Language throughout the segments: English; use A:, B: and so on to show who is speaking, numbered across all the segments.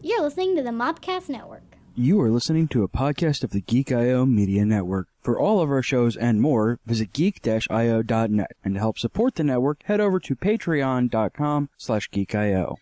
A: You're listening to the Mobcast Network.
B: You are listening to a podcast of the Geek IO Media Network. For all of our shows and more, visit geek-io.net. And to help support the network, head over to patreon.com slash geekio.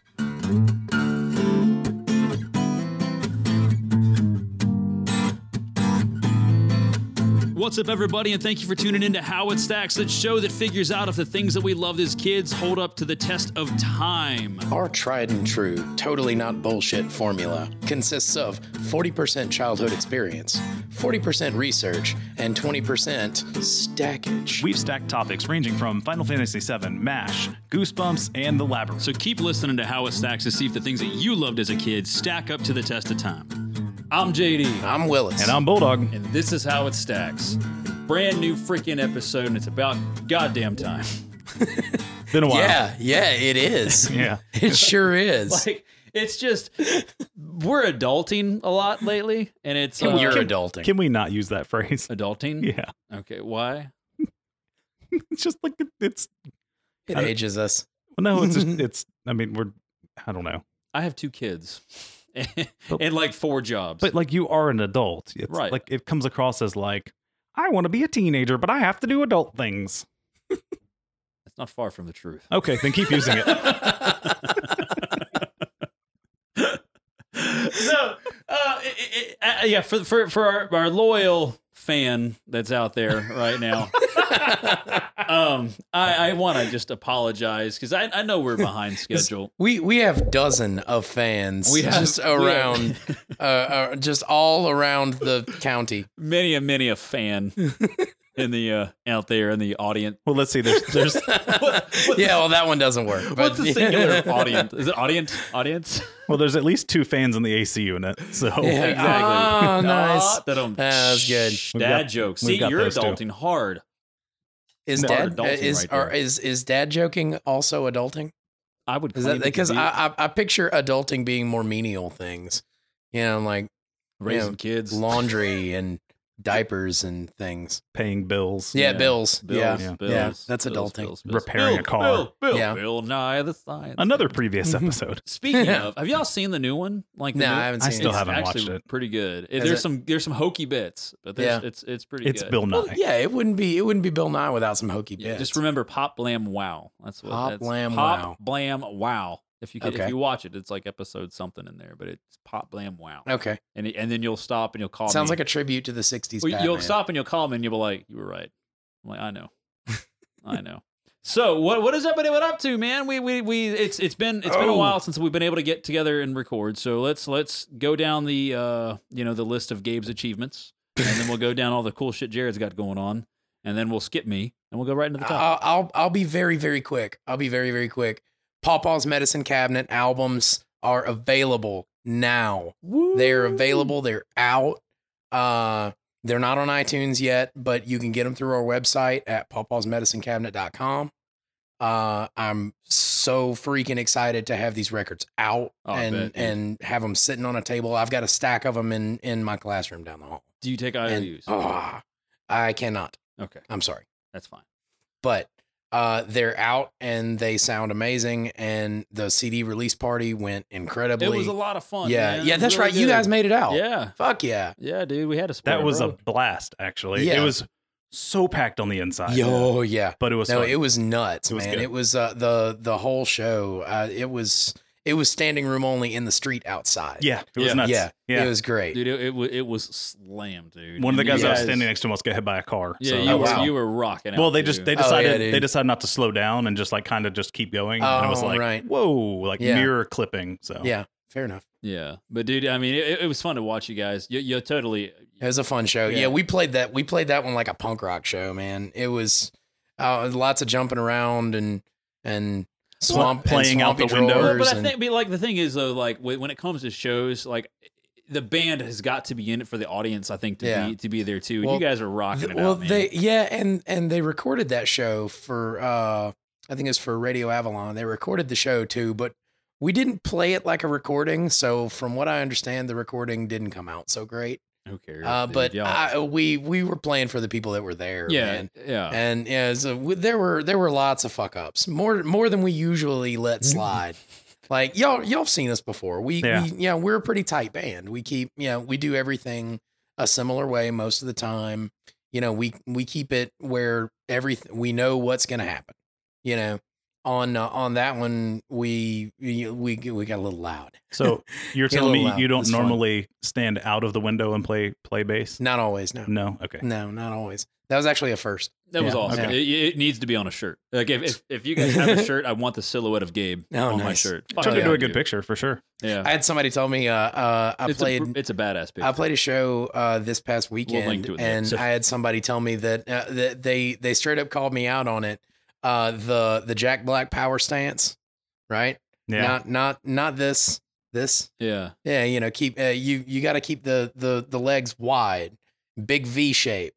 C: What's up, everybody, and thank you for tuning in to How It Stacks, the show that figures out if the things that we loved as kids hold up to the test of time.
D: Our tried and true, totally not bullshit formula consists of 40% childhood experience, 40% research, and 20% stackage.
E: We've stacked topics ranging from Final Fantasy VII, MASH, Goosebumps, and The Labyrinth.
C: So keep listening to How It Stacks to see if the things that you loved as a kid stack up to the test of time. I'm JD,
D: I'm Willis.
E: And I'm Bulldog.
C: and this is How It Stacks. Brand new freaking episode, and it's about goddamn time.
E: Been a while.
D: yeah, yeah, it is.
E: Yeah.
D: It sure is.
C: Like, it's just, we're adulting a lot lately, and it's uh,
D: You're adulting.
E: Can we not use that phrase?
C: adulting.
E: Yeah.
C: Okay, why?
E: It's just like, it- it's,
D: it ages us.
E: well, no, it's, just, it's, I mean, we're, I don't know.
C: I have two kids and like four jobs.
E: But like, you are an adult. It's
C: Right.
E: Like, it comes across as like, I want to be a teenager, but I have to do adult things.
C: it's not far from the truth.
E: Okay, then keep using it.
C: so, uh, it, it, uh, yeah, for for for our, our loyal fan that's out there right now, um, I, I want to just apologize because I, I know we're behind schedule.
D: We we have dozen of fans
C: We have-
D: just
C: we have-
D: around, uh, uh, just all around the county.
C: Many a many a fan in the uh, out there in the audience.
E: Well, let's see. There's, there's,
D: Yeah, well, that one doesn't work. But
C: What's the singular audience? Is it audience? Audience?
E: well, there's at least two fans in the AC unit. So
D: Yeah, exactly. Oh, nice.
C: that don't-
D: That's good.
C: Shh,
E: We've
C: Dad
E: got-
C: jokes.
E: we've
C: See,
E: got
C: you're
E: those too.
C: adulting hard.
D: Is
C: No,
D: dad uh,
C: adulting
D: is
C: right
D: are,
C: there.
D: is is dad joking also adulting?
C: I would
D: Is
C: claim
D: that
C: it to
D: because
C: be
D: I, I I picture adulting being more menial things, you know, like
C: raising
D: yeah,
C: kids.
D: laundry and diapers and things.
E: paying bills.
D: Yeah,
C: Yeah.
D: bills.
C: Bills,
D: Yeah.
E: Yeah.
C: bills,
D: Yeah, that's
C: bills,
D: adulting.
C: bills, bills.
E: Repairing a
C: Bill,
E: car.
C: Bill, Bill,
D: Yeah.
C: Bill Nye the Science.
E: Another
C: Guy.
E: previous episode.
C: Speaking
D: Yeah.
C: of, have y'all seen the new one? Like, the
D: No,
C: new-
D: I haven't
E: I
D: seen
E: still
D: it.
C: it's
E: haven't
C: actually
E: watched it.
C: Pretty good.
D: Is
C: there's
D: it-
C: some there's some hokey bits, but there's,
D: Yeah.
C: it's it's pretty.
E: It's
C: good.
E: Bill Nye.
D: Well, yeah, it wouldn't be it wouldn't be Bill Nye without some hokey
C: Yeah,
D: bits.
C: Just remember, pop blam wow. That's what
D: Pop,
C: that's,
D: blam,
C: pop,
D: wow.
C: blam wow. If you could, if
D: Okay.
C: you watch it, it's like episode something in there, but it's pop blam wow.
D: Okay.
C: And and then you'll stop and you'll call.
D: Sounds
C: me.
D: like a tribute to the '60s.
C: Well, you'll
D: Batman.
C: stop and you'll call me and you'll be like, "You were right." I'm like, "I know, I know." So what what has everybody been up to, man? We we we it's it's been it's been a
D: Oh.
C: while since we've been able to get together and record. So let's let's go down the uh you know the list of Gabe's achievements, and then we'll go down all the cool shit Jared's got going on, and then we'll skip me and we'll go right into the top.
D: I'll, I'll I'll be very very quick. I'll be very very quick. Paw Paw's Medicine Cabinet albums are available now. They're available. They're out. Uh, they're not on iTunes yet, but you can get them through our website at pawpawsmedicinecabinet.com. Uh, I'm so freaking excited to have these records out
C: Oh, I
D: and
C: bet, dude.
D: and have them sitting on a table. I've got a stack of them in in my classroom down the hall.
C: Do you take
D: And,
C: IOUs?
D: ah, I cannot.
C: okay,
D: I'm sorry
C: that's fine.
D: but uh, they're out and they sound amazing. And the CD release party went incredibly.
C: It was a lot of fun.
D: yeah,
C: man.
D: yeah,
C: It was
D: that's
C: really
D: right. You
C: good.
D: guys made it out.
C: Yeah,
D: Fuck yeah.
C: yeah, dude, we had a
E: That
C: spare,
E: was a
C: bro.
E: blast, actually.
D: Yeah.
E: It was so packed on the inside.
D: Yo, yeah.
E: But Uh, it was
D: No,
E: fun.
D: it was nuts,
E: It was
D: man.
E: good.
D: It was uh, the the whole show. Uh, it was it was standing room only in the street outside.
E: yeah, it was
C: Yeah.
E: nuts.
D: yeah,
E: Yeah.
D: It was great.
C: dude. It, it wa- it was slammed, dude.
E: One of the
C: And
E: guys
C: you
E: I was
C: guys-
E: standing next to almost got hit by a car.
C: Yeah,
E: so
C: you,
E: I
D: Oh,
C: were,
E: was-
D: wow.
C: you were rocking.
E: Well,
C: out,
E: they just
C: too.
E: they
D: Oh, yeah,
E: decided
D: dude.
E: they decided not to slow down and just like kind of just keep going. and it was
D: Oh,
E: like,
D: right.
E: whoa, like
D: Yeah.
E: mirror clipping. So
D: yeah, fair enough.
C: yeah. But dude, I mean, it, it was fun to watch you guys. You, you're totally.
D: It was a fun show. Yeah.
C: Yeah.
D: we played that. We played that one like a punk rock show, man. It was uh, lots of jumping around and and swamp and
E: playing out the
D: swampy
E: window.
C: Well, but
D: drawers
C: I
D: and-
C: think, but like the thing is though, like when when it comes to shows, like the band has got to be in it for the audience. I think to
D: Yeah.
C: be to be there too. And
D: Well,
C: you guys are rocking it
D: well
C: out, man.
D: they yeah and and they recorded that show for uh i think it's for radio avalon they recorded the show too but we didn't play it like a recording so from what i understand the recording didn't come out so great
C: Who cares?
D: uh
C: dude?
D: but
C: Y'all-
D: I, we we were playing for the people that were there
C: yeah,
D: man.
C: yeah.
D: and yeah so w- there were there were lots of fuck ups more more than we usually let slide Like y'all, y'all have seen us before. We,
E: Yeah.
D: we, yeah, we're a pretty tight band. We keep, you know, we do everything a similar way most of the time. You know, we we keep it where every we know what's going to happen. You know, on uh, on that one, we we we we got a little loud.
E: So you're
D: Get a
E: telling me
D: little loud.
E: you don't
D: It's fun.
E: normally stand out of the window and play play bass?
D: Not always, no,
E: No. Okay.
D: no, not always. That was actually a first.
C: That was
E: Yeah,
C: awesome.
D: okay.
C: It, it needs to be on a shirt. Like if, if, if you guys have a shirt, I want the silhouette of Gabe
D: Oh,
C: on my
D: nice.
C: shirt.
D: Fuck
E: Turned
D: yeah,
E: into a good picture for sure.
C: Yeah,
D: I had somebody tell me uh, uh, I
C: it's
D: played
C: A, it's a badass picture.
D: I played a show uh, this past
C: link
D: weekend,
C: to it in the
D: and
C: episode.
D: I had somebody tell me that, uh, that they they straight up called me out on it. Uh, the the Jack Black power stance, right?
E: Yeah.
D: Not not not this this.
C: yeah,
D: Yeah, you know, keep uh, you you got to keep the the the legs wide, big V shape.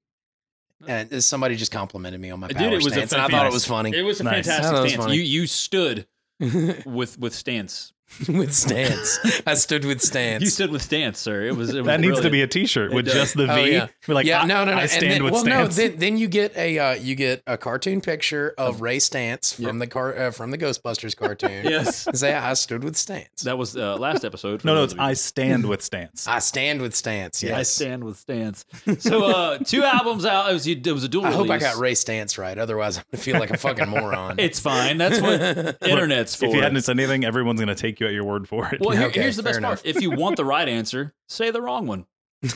D: And uh, somebody just complimented me on my
C: Dude,
D: power
C: it was a
D: stance, and I thought it
E: fantastic-
D: was funny
C: it was a
E: Nice.
C: fantastic
D: That was
C: stance.
D: funny.
C: You you stood with with stance.
D: with stance. I stood with stance.
C: You stood with stance, sir. It was it was
E: That needs to be
C: brilliant.
E: a T-shirt
C: It
E: with
C: does.
E: just the V.
D: Oh, yeah.
E: Be like, "Ah,
D: yeah,
E: I,
D: no, no, no.
E: I
D: and
E: stand
D: then,
E: with
D: well,
E: stance.
D: no, then, then you get a uh, you get a cartoon picture of Ray Stance from
C: Yep.
D: the car uh, from the Ghostbusters cartoon.
C: yes.
D: Say I stood with Stance.
C: That was uh, last episode. for
E: no, no,
C: those
E: it's
C: of you-
E: I stand with stance.
D: I stand with Stance. Yes.
C: I stand with stance. So uh, two albums out. It was, it was a dual.
D: I hope I
C: release.
D: got Ray Stance right. Otherwise, I'm gonna feel like a fucking moron.
C: It's fine. That's what internet's for.
E: if you hadn't said anything, everyone's gonna take you at your word for it.
C: well, here-
D: Okay,
C: here's the best
D: fair
C: part. If you want the right answer, say the wrong one,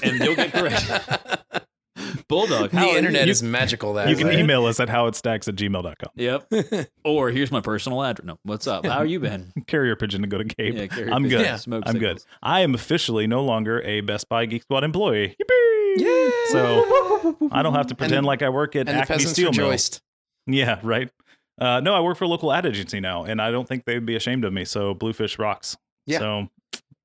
C: and you'll get correct. Bulldog. how are
D: the
C: you?
D: internet
C: You-
D: is magical. That
E: you can
D: way.
E: email us at howitstacks at gmail.com.
C: Yep. Or here's my personal address. No, what's up? How are you been?
E: Carrier pigeon to go to Gabe.
C: Yeah, carry
E: I'm
C: pigeon.
E: good.
D: Yeah.
C: Smoke
E: I'm good.
C: signals.
E: I am officially no longer a Best Buy Geek Squad employee. Yippee! So I don't have to pretend
D: And-
E: like I work at
D: and the
E: Acme
D: peasants
E: Steel Mill.
D: rejoiced.
E: Yeah, right. Uh, no, I work for a local ad agency now, and I don't think they'd be ashamed of me. So Bluefish rocks.
D: Yeah.
E: So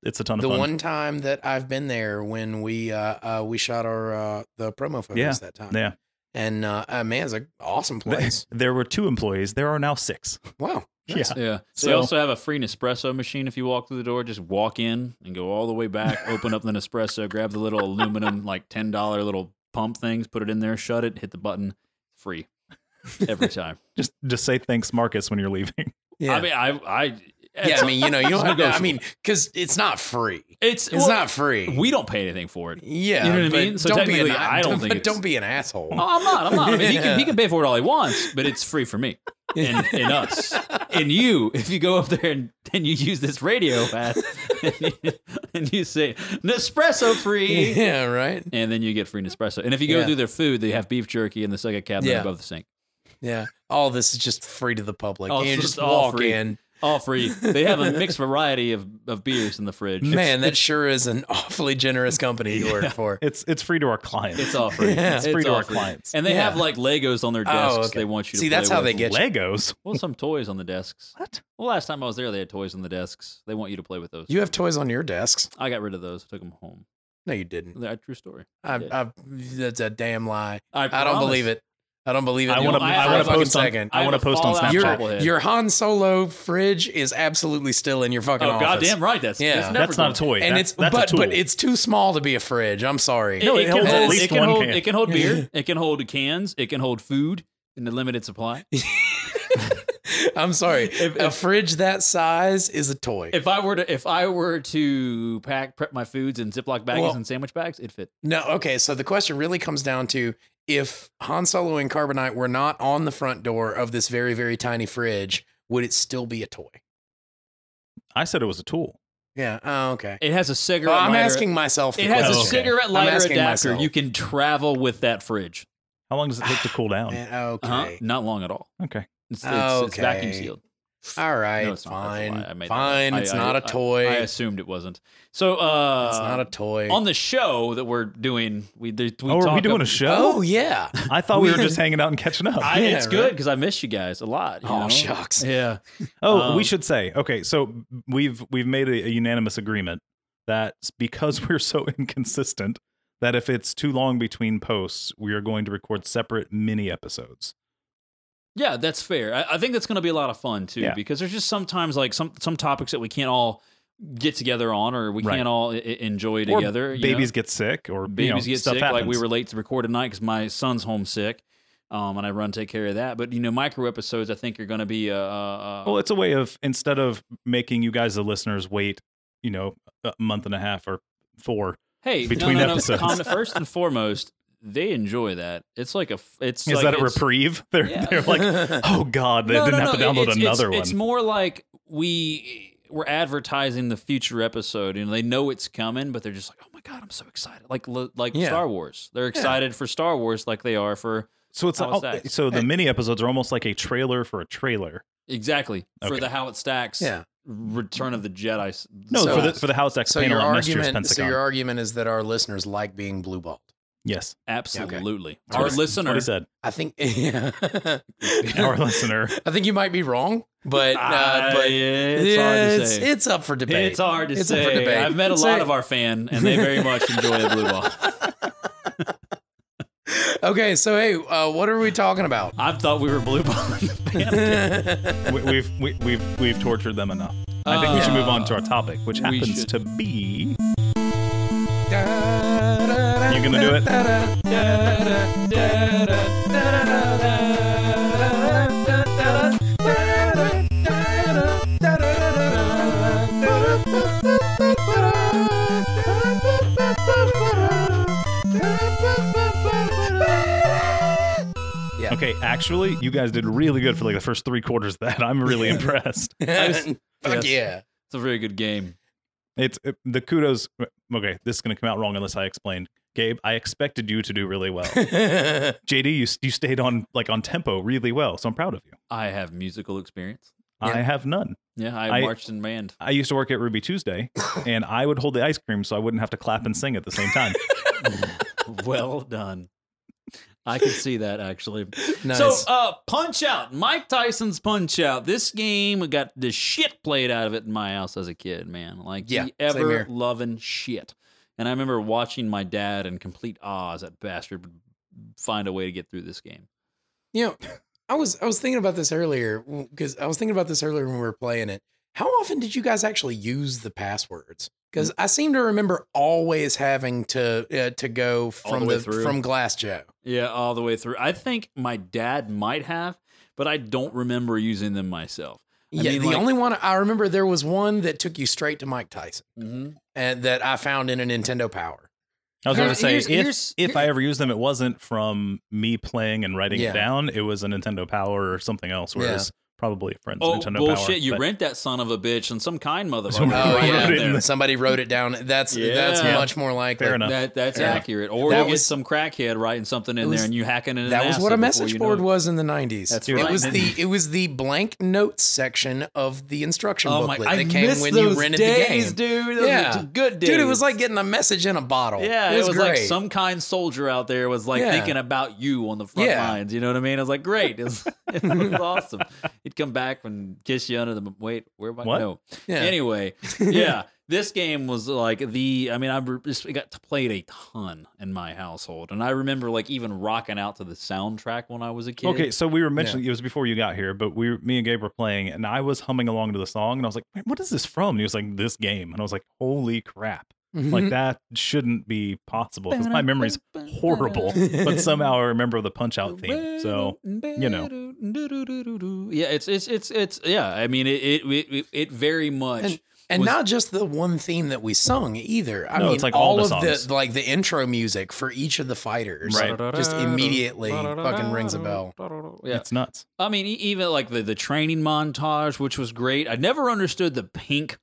E: it's a ton of
D: The
E: fun.
D: one time that I've been there when we uh, uh we shot our uh the promo photos
E: Yeah.
D: that time.
E: yeah.
D: And uh, uh man, it's an awesome
E: Th-
D: place.
E: There were two employees. There are now six.
D: Wow.
E: Yeah.
C: Yeah. So
E: So-
C: they also have a free Nespresso machine. If you walk through the door, just walk in and go all the way back, open up the Nespresso, grab the little aluminum, like $10 little pump things, put it in there, shut it, hit the button, free every time.
E: Just just say thanks, Marcus, when you're leaving.
D: Yeah.
C: I mean, I, I,
D: yeah,
C: it's-
D: I mean, you know, you
C: it's
D: don't have to, I
C: negotiable.
D: mean, because it's not free.
C: it's,
D: It's
C: well,
D: not free.
C: we don't pay anything for it.
D: yeah,
C: you know what I
D: but
C: mean? So
D: don't be an,
C: technically, I don't think
D: but
C: it's-
D: don't be an asshole.
C: Oh, I'm not. I'm not. I mean, he, can, he
D: Yeah.
C: can pay for it all he wants, but it's free for me and, and us and you. If you go up there and, and you use this radio ad and you, and you say Nespresso free,
D: yeah, right.
C: and then you get free Nespresso. And if you go
D: Yeah.
C: through their food, they have beef jerky in the second cabinet
D: Yeah.
C: above the sink.
D: Yeah, all this is just free to the public.
C: Oh,
D: you
C: it's
D: just
C: just all
D: walk
C: free.
D: in.
C: All free. They have a mixed variety of, of beers in the fridge.
D: Man, that sure is an awfully generous company you work for.
E: It's it's free to our clients.
C: It's all free.
D: Yeah.
E: It's free to
C: all
E: our clients.
C: And they
D: Yeah.
C: have like Legos on their
D: Oh,
C: desks.
D: okay.
C: They want you to
D: See, that's
C: play
D: how
C: with.
D: they get you.
E: Legos.
C: Well, some toys on the desks.
E: What?
C: Well, last time I was there, they had toys on the desks. They want you to play with those.
D: You have toys on your desks?
C: I got rid of those. I took them home.
D: No, you didn't.
C: That true story.
D: I,
C: did.
D: I, that's a damn lie.
C: I,
D: I don't
C: promise.
D: believe it. I don't believe it.
E: I
D: You
E: want to
D: don't-
C: I-
E: I
C: I
E: want to
D: fucking
E: post on
D: second.
E: I
C: I
E: want to
C: have a
E: post on
C: Fallout
E: Snapchat.
C: bobblehead.
D: Your Han Solo fridge is absolutely still in your
C: Oh,
D: fucking office.
C: goddamn right. That's
D: Yeah.
C: it's never
E: That's not a
C: going-
E: toy.
D: and
E: that's,
D: it's
E: that's
D: but
E: a tool.
D: but it's too small to be a fridge. I'm sorry.
C: It,
E: No,
C: it
E: it
C: can
E: holds
D: at
C: hold,
E: least
C: it can
E: one
C: hold,
E: can.
C: It can hold beer. it can hold cans. It can hold food in the limited supply.
D: I'm sorry.
C: If-
D: a
C: if-
D: fridge that size is a toy.
C: If I were to, if I were to pack prep my foods in Ziploc baggies
D: Well-
C: and sandwich bags, it'd fit.
D: no, okay. So the question really comes down to if Han Solo and Carbonite were not on the front door of this very very tiny fridge, would it still be a toy?
E: I said it was a tool.
D: Yeah. Oh, okay.
C: It has a cigarette.
D: Well, I'm
C: lighter.
D: asking myself. The
C: It has
D: question.
C: a
E: Okay.
C: cigarette
D: I'm
C: lighter
D: asking
C: adapter.
D: myself.
C: You can travel with that fridge.
E: How long does it take to cool down?
D: Man, okay.
C: Uh-huh. Not long at all.
E: Okay.
C: It's, it's, it's vacuum
D: Okay.
C: sealed.
D: All right.
C: No, it's not. That's a
D: fine.
C: lie. I made that up.
D: fine.
C: I-
D: it's
C: I-
D: not a
C: I-
D: toy.
C: I assumed it wasn't. So uh,
D: it's not a toy.
C: on the show that we're doing. We, there- we
E: oh, are we
C: talk
E: doing
C: ab-
E: a show?
D: oh yeah.
E: I thought we were
D: we-
E: just hanging out and catching up.
C: I, it's
D: Yeah,
C: good
D: right.
C: because I miss you guys a lot. you
D: Oh,
C: know?
D: shucks.
C: Yeah.
E: Oh,
C: Um,
E: we should say okay. So we've we've made a, a unanimous agreement that because we're so inconsistent that if it's too long between posts, we are going to record separate mini episodes.
C: Yeah, that's fair. I, I think that's going to be a lot of fun too
E: Yeah.
C: because there's just sometimes like some some topics that we can't all get together on or we
E: Right.
C: can't all I- I- enjoy
E: Or
C: together. you know?
E: babies get sick, or you know,
C: babies get
E: stuff
C: sick. Like we
E: happens.
C: were late to record tonight because my son's homesick. um, and I run take care of that. But you know, micro episodes I think are going to be uh, uh,
E: Well, it's a way of instead of making you guys, the listeners, wait, you know, a month and a half or four.
C: hey no,
E: between
C: no, no,
E: episodes.
C: Tom, first and foremost, they enjoy that. It's like a f- it's
E: Is
C: like
E: that a
C: it's-
E: reprieve? They're
C: Yeah.
E: they're like, oh god, they
C: No,
E: didn't
C: no, no,
E: have to download
C: it's- it's-
E: another
C: It's
E: one.
C: more like we we're advertising the future episode, and they know it's coming, but they're just like, "Oh my god, I'm so excited!" Like lo- like
D: Yeah.
C: Star Wars, they're excited for Star Wars, like they are for
E: So it's
C: How
E: like,
C: it stacks.
E: so the mini episodes are almost like a trailer for a trailer.
C: exactly for
E: Okay.
C: the how it stacks.
D: Yeah.
C: Return of the Jedi. s-
E: No,
D: So-
E: for the for the House X
D: So
E: panel
D: your
E: on next year's
D: argument,
E: Pensacon.
D: so your argument is that our listeners like being blue balled.
E: yes,
C: absolutely.
E: That's
C: Our
E: what he- that's what
C: listener,
E: he said.
D: I think, yeah.
E: Our listener.
D: I think you might be wrong, but uh,
C: Ah,
D: but
C: yeah, it's hard to
D: it's,
C: say.
D: it's up for debate.
C: It's hard to
D: It's up for
C: say.
D: debate.
C: I've met a
D: So-
C: lot of our fan, and they very much enjoy the blue ball.
D: okay, so hey, uh, what are we talking about?
C: I thought we were blue ball.
E: we, we've we, we've we've tortured them enough. I think we should move on to our topic, which happens
C: should.
E: to be.
D: You
E: gonna do it?
D: Yeah.
E: Okay, actually, you guys did really good for like the first three quarters of that. I'm really impressed.
D: Fuck
C: Yes.
D: yeah.
C: It's a very good game.
E: It's it- the kudos. uh, Okay, this is going to come out wrong unless I explain. Gabe, I expected you to do really well. JD, you you stayed on like on tempo really well, so I'm proud of you.
C: I have musical experience.
E: I
D: Yeah.
E: have none.
C: Yeah,
E: I-
C: I, marched in band.
E: I used to work at Ruby Tuesday, and I would hold the ice cream so I wouldn't have to clap and sing at the same time.
C: well done. I can see that actually.
D: Nice.
C: So, uh, Punch Out, Mike Tyson's Punch Out. This game got the shit played out of it in my house as a kid, man. Like,
D: Yeah,
C: the
D: same here.
C: ever loving shit. And I remember watching my dad in complete awe as that bastard would find a way to get through this game.
D: You know, I was I was thinking about this earlier because I was thinking about this earlier when we were playing it. How often did you guys actually use the passwords?
C: Mm.
D: Because I seem to remember always having to uh, to go
C: All the
D: from
C: way
D: the,
C: through?
D: from Glass Joe.
C: Yeah, all the way through. I think my dad might have, but I don't remember using them myself. I
D: yeah,
C: mean,
D: the
C: like-
D: only one I remember there was one that took you straight to Mike Tyson,
C: Mm-hmm.
D: and that I found in a Nintendo Power.
E: I was going
C: Here's-
E: to say
C: here's-
E: if
C: here's-
E: if I ever used them, it wasn't from me playing and writing
D: Yeah.
E: it down. It was a Nintendo Power or something else,
D: Yeah.
E: whereas probably a friend's
C: Oh,
E: Nintendo
C: bullshit.
E: Power.
C: you
E: but-
C: rent that son of a bitch and some kind motherfucker.
E: Somebody
D: Oh
E: wrote
D: yeah,
E: it in
C: there.
E: the-
D: somebody wrote it down. That's that's
C: Yeah.
D: much more likely.
E: Fair enough.
C: That that's
D: Fair enough.
C: accurate. Or
D: That
C: you
D: was-
C: get some crackhead writing something in
D: It was-
C: there and you hacking it. In
D: that
C: an
D: was
C: acid
D: what a
C: before
D: message
C: you know
D: board
C: it.
D: was in the 90s.
C: That's
D: It
C: right.
D: was the it was the blank notes section of the instruction
C: Oh my!
D: booklet
C: I
D: that came
C: miss
D: when
C: those
D: you rented
C: days,
D: the game.
C: dude. Those
D: Yeah.
C: yeah, good days.
D: Dude, it was like getting a message in a bottle.
C: yeah, it was,
D: great.
C: like some kind soldier out there was like
D: Yeah.
C: thinking about you on the front
D: Yeah.
C: lines. You know what I mean? I was like, great. It was, it was awesome. He'd come back and kiss you under the wait. Where am I?
E: What?
C: No.
D: Yeah.
C: Anyway, yeah, this game was like the. I mean, I re- just- it got to played a ton in my household, and I remember like even rocking out to the soundtrack when I was a kid.
E: Okay, so we were mentioning it was before you got here, but we, me and Gabe were playing, and I was humming along to the song, and I was like, "Wait, "What is this from?" And he was like, "This game," and I was like, "Holy crap!"
D: Mhm.
E: Like that shouldn't be possible because my memory's horrible, but somehow I remember the Punch Out theme. So
C: you know, yeah, it's it's it's it's yeah. I mean, it it it, it very much.
D: and
C: was-
D: not just the one theme that we sung either. I
E: No,
D: mean,
E: it's like
D: all,
E: all the
D: of
E: songs.
D: the like the intro music for each of the fighters,
E: Right.
D: Just immediately fucking rings a bell.
C: Yeah,
E: it's nuts.
C: I mean, e- even like the the training montage, which was great. I never understood the pink,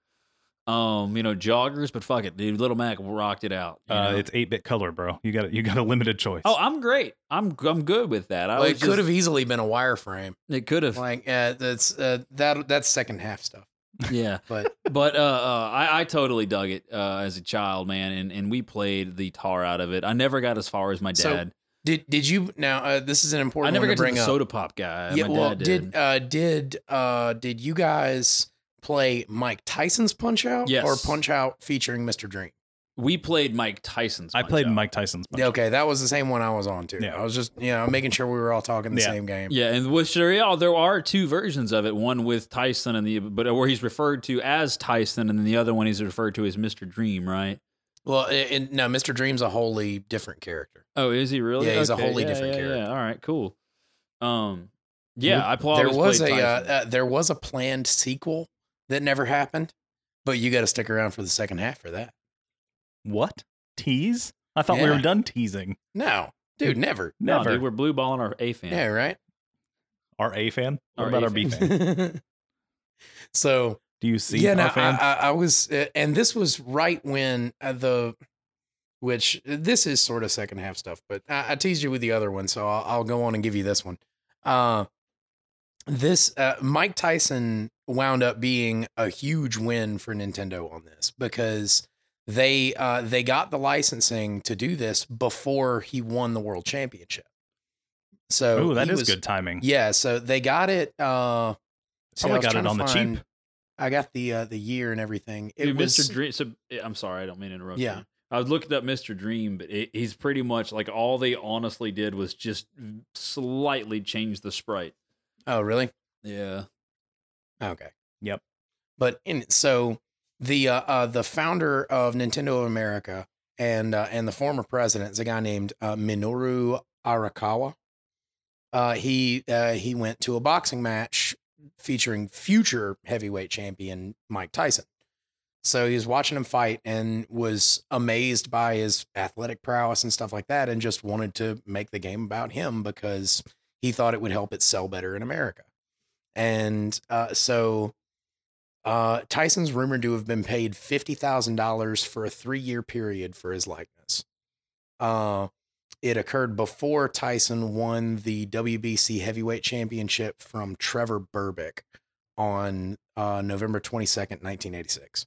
C: um, you know, joggers, but fuck it, dude. Little Mac rocked it out. you
E: Uh,
C: know?
E: it's eight bit color, bro. You got you got a limited choice.
C: oh, I'm great. I'm I'm good with that. I
D: Well,
C: was
D: it could
C: just-
D: have easily been a wireframe.
C: It could have.
D: Like uh, that's uh, that that's second half stuff.
C: Yeah.
D: But
C: but uh, uh, I, I totally dug it uh, as a child, man, and, and we played the tar out of it. I never got as far as my
D: So,
C: dad.
D: did did you now? Uh, this is an important.
C: I never
D: one
C: got
D: to bring
C: to the
D: up.
C: soda pop guy.
D: Yeah,
C: my
D: well,
C: dad
D: did uh, did uh, did you guys play Mike Tyson's Punch Out
C: Yes.
D: or Punch Out featuring Mr. Dream?
C: we played Mike Tyson's?
E: I
C: Punch
E: played
C: Out.
E: Mike Tyson's. Punch Out.
D: Okay, that was the same one I was on too.
E: Yeah.
D: I was just you know making sure we were all talking the
E: Yeah.
D: same game.
C: Yeah, and which there, yeah, there are two versions of it. One with Tyson and the but uh, where he's referred to as Tyson, and then the other one he's referred to as Mister Dream, right?
D: Well, and, and no, Mr. Dream's a wholly different character.
C: Oh, is he really?
D: Yeah, he's a
C: Okay,
D: wholly
C: yeah,
D: different
C: yeah,
D: character.
C: Yeah. All right, cool. Um, yeah, I pl-
D: there
C: always
D: was
C: played
D: a uh,
C: Tyson.
D: uh, there was a planned sequel that never happened, but you got to stick around for the second half for that.
E: What? Tease? I thought we
D: Yeah.
E: were done teasing.
D: No, dude, never.
C: No,
E: Never.
C: dude, we're blue balling our A fan.
D: Yeah, right.
E: our A fan? What
C: Our
E: about
C: A
E: our B
C: fan.
E: fan?
D: so
E: Do you see
D: yeah,
E: our
D: no,
E: fan?
D: I, I, I was, uh, and this was right when uh, the, which uh, this is sort of second half stuff, but I, I teased you with the other one, so I'll, I'll go on and give you this one. Uh, this uh, Mike Tyson wound up being a huge win for Nintendo on this because they uh, they got the licensing to do this before he won the world championship. So
E: oh, that
D: he
E: is
D: was-
E: good timing.
D: yeah, so they got it. Uh, see, I
E: Probably
D: was
E: got
D: trying
E: it
D: to
E: on the
D: find-
E: cheap.
D: I got the uh, the year and everything. It
C: Dude,
D: was
C: Mr. Dream. So, eh, I'm sorry, I don't mean to interrupt.
D: Yeah.
C: you. I was looking up Mr. Dream, but it, he's pretty much like all they honestly did was just slightly change the sprite.
D: oh really
C: Yeah,
D: okay
E: Yep.
D: But in so the uh, uh, the founder of Nintendo of America and uh, and the former president is a guy named uh, Minoru Arakawa. Uh, he uh, he went to a boxing match featuring future heavyweight champion Mike Tyson. So he was watching him fight and was amazed by his athletic prowess and stuff like that, and just wanted to make the game about him because he thought it would help it sell better in America. And uh, so uh, Tyson's rumored to have been paid fifty thousand dollars for a three-year period for his likeness. Uh, it occurred before Tyson won the WBC heavyweight championship from Trevor Burbick on uh, November twenty-second, nineteen eighty-six.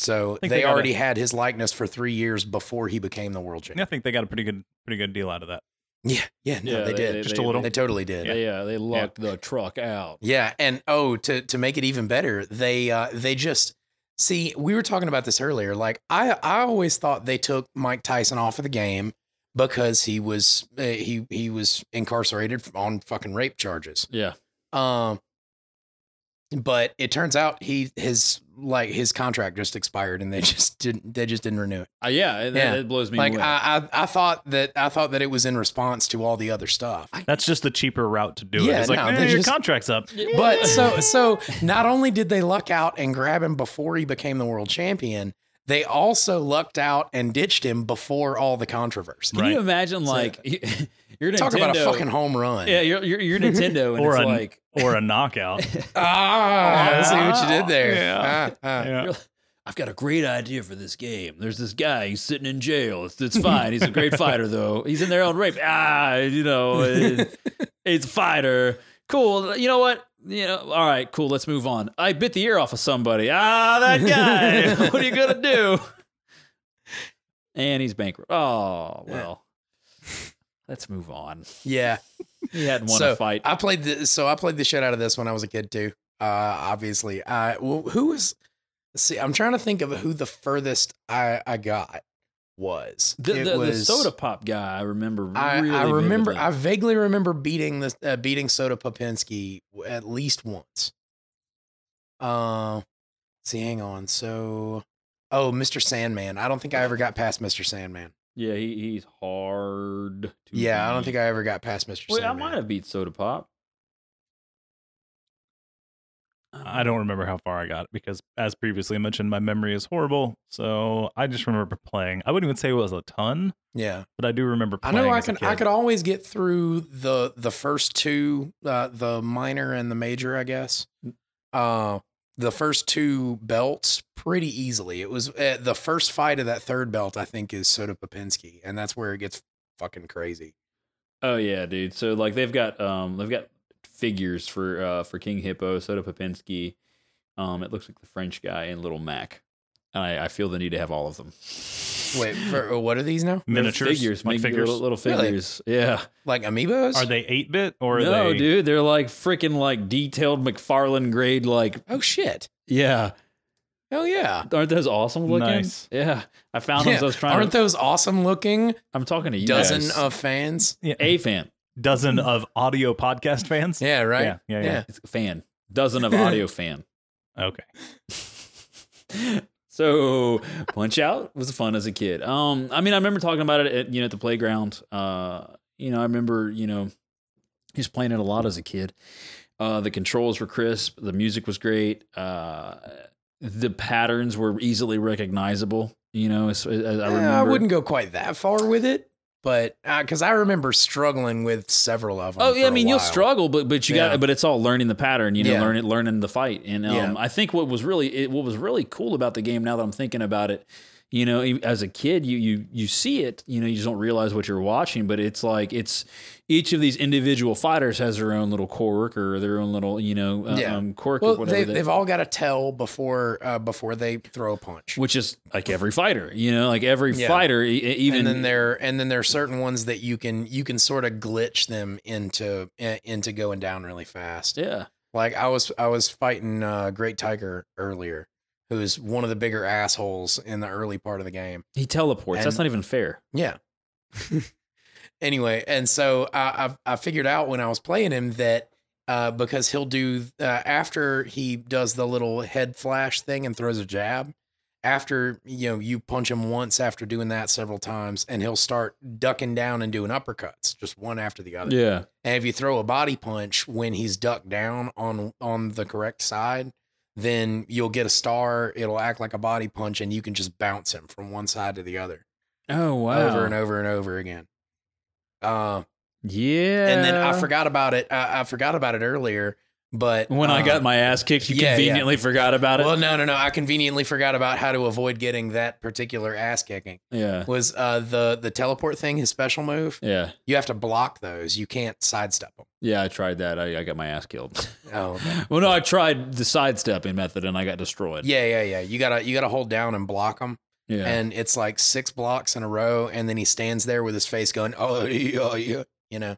D: So they,
E: think they got
D: already
E: it.
D: had his likeness for three years before he became the world
E: I
D: champion.
E: think they got a pretty good pretty good deal out of that.
D: Yeah, yeah, no,
C: yeah,
D: they, did.
E: just a little.
D: They totally did.
C: Yeah, yeah, they locked the truck out.
D: Yeah, and oh, to to make it even better, they uh they just see we were talking about this earlier. Like I I always thought they took Mike Tyson off of the game because he was uh, he he was incarcerated on fucking rape charges.
C: Yeah,
D: Um, but it turns out he his like his contract just expired and they just didn't they just didn't renew it.
C: uh, yeah, that,
D: Yeah.
C: that blows me
D: Like
C: away.
D: I, I I thought that I thought that it was in response to all the other stuff.
E: That's just the cheaper route to do
D: Yeah,
E: it. It's like,
D: no,
E: "Eh,
D: they
E: your
D: just-
E: contract's up.
D: But so so not only did they luck out and grab him before he became the world champion, they also lucked out and ditched him before all the controversy.
C: Can you imagine
D: So-
C: like you're Nintendo?
D: Talk about a fucking home run.
C: yeah, you're you're, you're Nintendo, and
E: Or
C: it's
E: a-
C: like
E: Or a knockout.
D: Ah, I see what you did there.
E: Yeah.
D: Ah, ah.
E: Yeah.
C: I've got a great idea for this game. There's this guy, he's sitting in jail. It's, it's fine. He's a great fighter, though. He's in there on rape. Ah, you know, it- it's a fighter. Cool. You know what? You know, all right, cool. Let's move on. I bit the ear off of somebody. Ah, that guy. what are you going to do? And he's bankrupt. Oh, well. Let's move on.
D: Yeah.
C: He hadn't won
D: so
C: a fight.
D: I played the so I played the shit out of this when I was a kid too. Uh, obviously, I well, who was see. I'm trying to think of who the furthest I I got was.
C: the,
D: It
C: the, the
D: was-
C: soda pop guy, I remember.
D: I,
C: really
D: I remember.
C: vividly.
D: I vaguely remember beating this, uh, beating Soda Popinski at least once. Uh, see, hang on. So, oh, Mr. Sandman. I don't think I ever got past Mr. Sandman.
C: yeah, he, he's hard to
D: Yeah, I don't
C: beat.
D: think I ever got past Mr.
C: Wait, I
D: Sandman.
C: might have beat Soda Pop.
E: I don't remember how far I got because, as previously mentioned, my memory is horrible. So I just remember playing. I wouldn't even say it was a ton,
D: Yeah,
E: but I do remember
D: I
E: playing.
D: know. I
E: as a
D: can. I
E: kid.
D: could always get through the the first two, uh, the minor and the major. I guess.
E: Mm.
D: Uh, the first two belts pretty easily. It was uh, the first fight of that third belt. I think is Soda Popinski, and that's where it gets fucking crazy.
C: Oh yeah, dude. So like they've got um they've got figures for uh for King Hippo, Soda Popinski. Um, it looks like the French guy and Little Mac. And I, I feel the need to have all of them.
D: Wait, for, uh, what are these now?
C: They're
E: miniatures,
C: figures,
E: like
C: big
E: figures.
C: little, little
D: Really?
C: figures. Yeah.
D: Like amiibos?
E: Are they eight bit or are
C: no,
E: they?
C: dude, they're like freaking like detailed McFarlane grade. Like,
D: Oh shit!
C: yeah,
D: Hell yeah!
C: aren't those awesome looking?
E: Nice.
C: Yeah, I found them.
D: Yeah,
C: as I was trying.
D: Aren't
C: to,
D: those awesome looking
C: I'm talking to you.
D: dozen
C: guys.
D: of fans?
E: Yeah, a
C: a fan.
E: dozen of audio podcast fans.
D: Yeah, right.
E: Yeah, yeah, yeah.
D: Yeah.
C: It's a fan. Dozen of audio fan.
E: Okay.
C: so punch out was fun as a kid um i mean i remember talking about it at you know at the playground uh you know i remember you know He was playing it a lot as a kid. Uh, the controls were crisp. The music was great. Uh, the patterns were easily recognizable. You know, as, as I
D: Eh,
C: remember.
D: I wouldn't go quite that far with it, but because I remember struggling with several of them.
C: Oh yeah, I
D: for a
C: mean you'll
D: while.
C: struggle, but but you
D: Yeah.
C: got but it's all learning the pattern, you know,
D: Yeah.
C: learn it, learning the fight. And um,
D: Yeah.
C: I think what was really it, what was really cool about the game now that I'm thinking about it, you know, e- as a kid you you you see it, you know, you just don't realize what you're watching, but it's like it's each of these individual fighters has their own little quirk or their own little you know uh,
D: Yeah.
C: um, quirk or
D: Well,
C: whatever.
D: they,
C: that-
D: they've all got to tell before uh, before they throw a punch.
C: which is like every fighter, you know, like every
D: Yeah.
C: fighter, e- e- even
D: and then there and then there are certain ones that you can you can sort of glitch them into eh, into going down really fast.
C: yeah,
D: Like I was I was fighting uh, Great Tiger earlier, who is one of the bigger assholes in the early part of the game.
C: he teleports. That's
D: And-
C: not even fair.
D: Yeah. anyway, and so I, I I figured out when I was playing him that uh, because he'll do uh, after he does the little head flash thing and throws a jab. After you know you punch him once after doing that several times, and he'll start ducking down and doing uppercuts, just one after the other.
C: Yeah,
D: And if you throw a body punch when he's ducked down on on the correct side, then you'll get a star. It'll act like a body punch, and you can just bounce him from one side to the other
C: Oh wow!
D: over and over and over again. Uh,
C: Yeah.
D: and then I forgot about it. I, I forgot about it earlier, but
C: When I
D: uh,
C: got my ass kicked, you
D: yeah, yeah.
C: conveniently forgot about it.
D: well, no, no, no. I conveniently forgot about how to avoid getting that particular ass kicking.
C: yeah.
D: Was uh, the the teleport thing his special move?
C: Yeah.
D: You have to block those. You can't sidestep them.
C: Yeah, I tried that. I, I got my ass killed.
D: Oh, okay.
C: well, no, I tried the sidestepping method and I got destroyed.
D: yeah, yeah, yeah. You gotta you gotta hold down and block them.
C: Yeah.
D: And it's like six blocks in a row, and then he stands there with his face going, oh yeah, yeah, you know,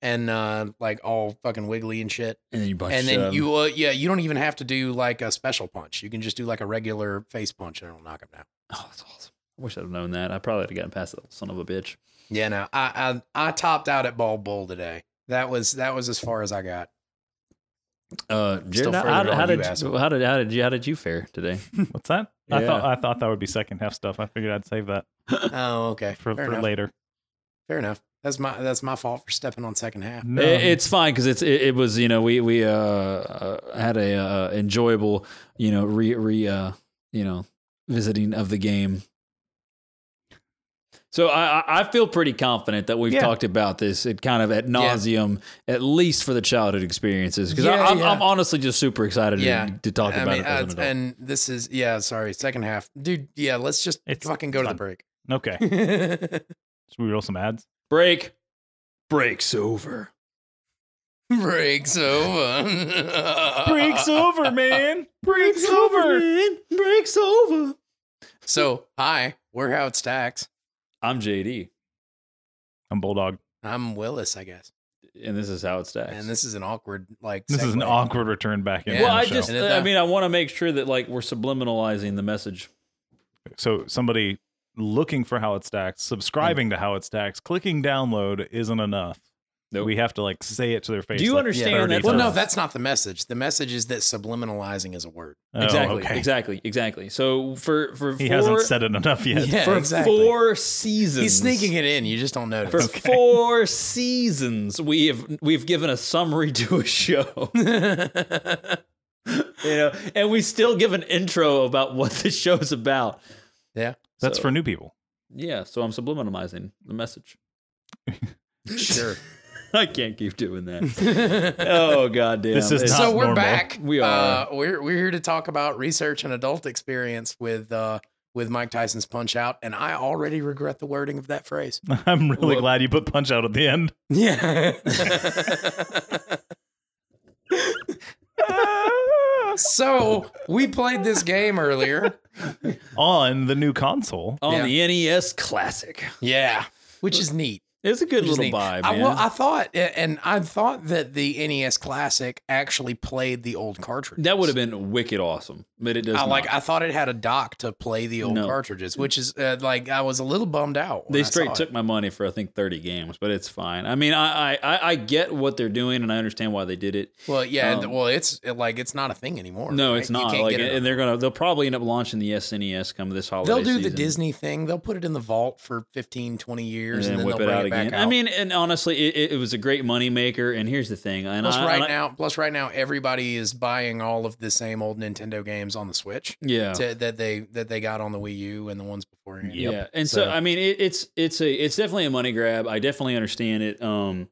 D: and uh, like all fucking wiggly and shit.
C: And then you bunch
D: and then you uh, yeah you don't even have to do like a special punch you can just do like a regular face punch and it'll knock him down
C: Oh, that's awesome. I wish I'd have known that. I probably would have gotten past that son of a bitch.
D: yeah no i i, I topped out at ball bowl today that was that was as far as i got
C: Uh, Jared,
D: Still
C: how,
D: further
C: how,
D: than
C: how
D: you,
C: did
D: asshole.
C: how did how did you how did you fare today?
E: What's that? I
C: Yeah.
E: thought I thought that would be second half stuff. I figured I'd save that
D: oh okay
E: for,
D: fair,
E: for
D: enough.
E: later.
D: fair enough that's my that's my fault for stepping on second half
E: No.
C: It, it's fine because it's it, it was you know we we uh, uh had a uh, enjoyable you know re re uh you know visiting of the game. So I I- I feel pretty confident that we've
E: Yeah.
C: talked about this at kind of at nauseum at least for the childhood experiences because
D: Yeah,
C: I'm,
D: yeah.
C: I'm honestly just super excited
D: Yeah.
C: to, to talk
D: I
C: about
D: mean,
C: it as an
D: uh,
C: adult.
D: and this is yeah. Sorry, second half, dude. Yeah, let's just
E: It's
D: fucking go to the
E: done.
D: break.
E: okay. Should we roll some ads?
C: Break, breaks over.
D: Breaks
C: Uh,
D: over.
E: over, man. Breaks
C: man. breaks over.
D: So hi, we're how it stacks.
C: I'm JD,
E: I'm Bulldog.
D: I'm Willis, I guess.
C: and this is how it stacks.
D: And this is an awkward, like,
E: This is an
D: segue.
E: awkward return back in.
D: Yeah.
C: well,
E: the
C: I
E: show.
C: just,
D: And it-
C: I mean, I want to make sure that like we're subliminalizing the message.
E: so somebody looking for how it stacks, subscribing
C: Mm.
E: to how it stacks, clicking download isn't enough.
C: Nope.
E: We have to like say it to their face.
C: Do you
E: like
C: understand
E: 30
C: that?
D: Well, no,
E: times.
D: that's not the message. The message is that subliminalizing is a word.
E: Oh,
C: exactly,
E: okay.
C: exactly, exactly. So for for
E: He
C: 4
E: hasn't said it enough yet.
C: for four seasons,
D: He's sneaking it in. You just don't notice.
C: For four seasons, we have we've given a summary to a show, you know, and we still give an intro about what the show's about.
D: Yeah.
E: That's
C: So,
E: for new people.
C: yeah. So I'm subliminalizing the message.
D: sure.
C: I can't keep doing that. oh goddamn!
E: This is
C: It's-
E: not
D: so we're
E: normal.
D: back.
C: We are.
D: Uh, we're we're here to talk about research and adult experience with uh, with Mike Tyson's Punch Out, and I already regret the wording of that phrase.
E: I'm really
C: Well-
E: glad you put punch out at the end.
D: Yeah. so we played this game earlier.
E: On the new console.
C: on the NES Classic.
D: Yeah. Which is neat.
C: It's a good
D: Which is
C: little
D: neat.
C: vibe,
D: I,
C: man.
D: well, I thought, and I thought that the NES Classic actually played the old cartridge.
C: that would have been wicked awesome, but it does
D: I
C: not.
D: like. I thought it had a dock to play the old
C: No.
D: cartridges, which is uh, like I was a little bummed out. when
C: they
D: I
C: straight
D: saw
C: took
D: it.
C: my money for I think thirty games, but it's fine. I mean, I I- I, I get what they're doing and I understand why they did it.
D: Well, yeah.
C: um,
D: and- well, it's it, like it's not a thing anymore.
C: No,
D: right?
C: it's
D: You
C: not.
D: can't
C: Like,
D: get it
C: and they're gonna they'll probably end up launching the SNES come this holiday.
D: They'll do the
C: season.
D: Disney thing. They'll put it in the vault for 15, 20 years,
C: And
D: and,
C: then
D: then,
C: whip
D: they'll
C: it
D: bring
C: out
D: it
C: again.
D: back
C: I
D: out.
C: mean, and honestly, it, it- it was a great moneymaker. And here's the thing, and
D: Plus,
C: I,
D: right
C: and I-
D: now, plus right now, everybody is buying all of the same old Nintendo games on the Switch
C: yeah,
D: to, that they that they got on the Wii U and the ones beforehand.
E: Yep.
C: Yeah, and so,
D: So-
C: I mean, it, it's it's a it's definitely a money grab. I definitely understand it. Um,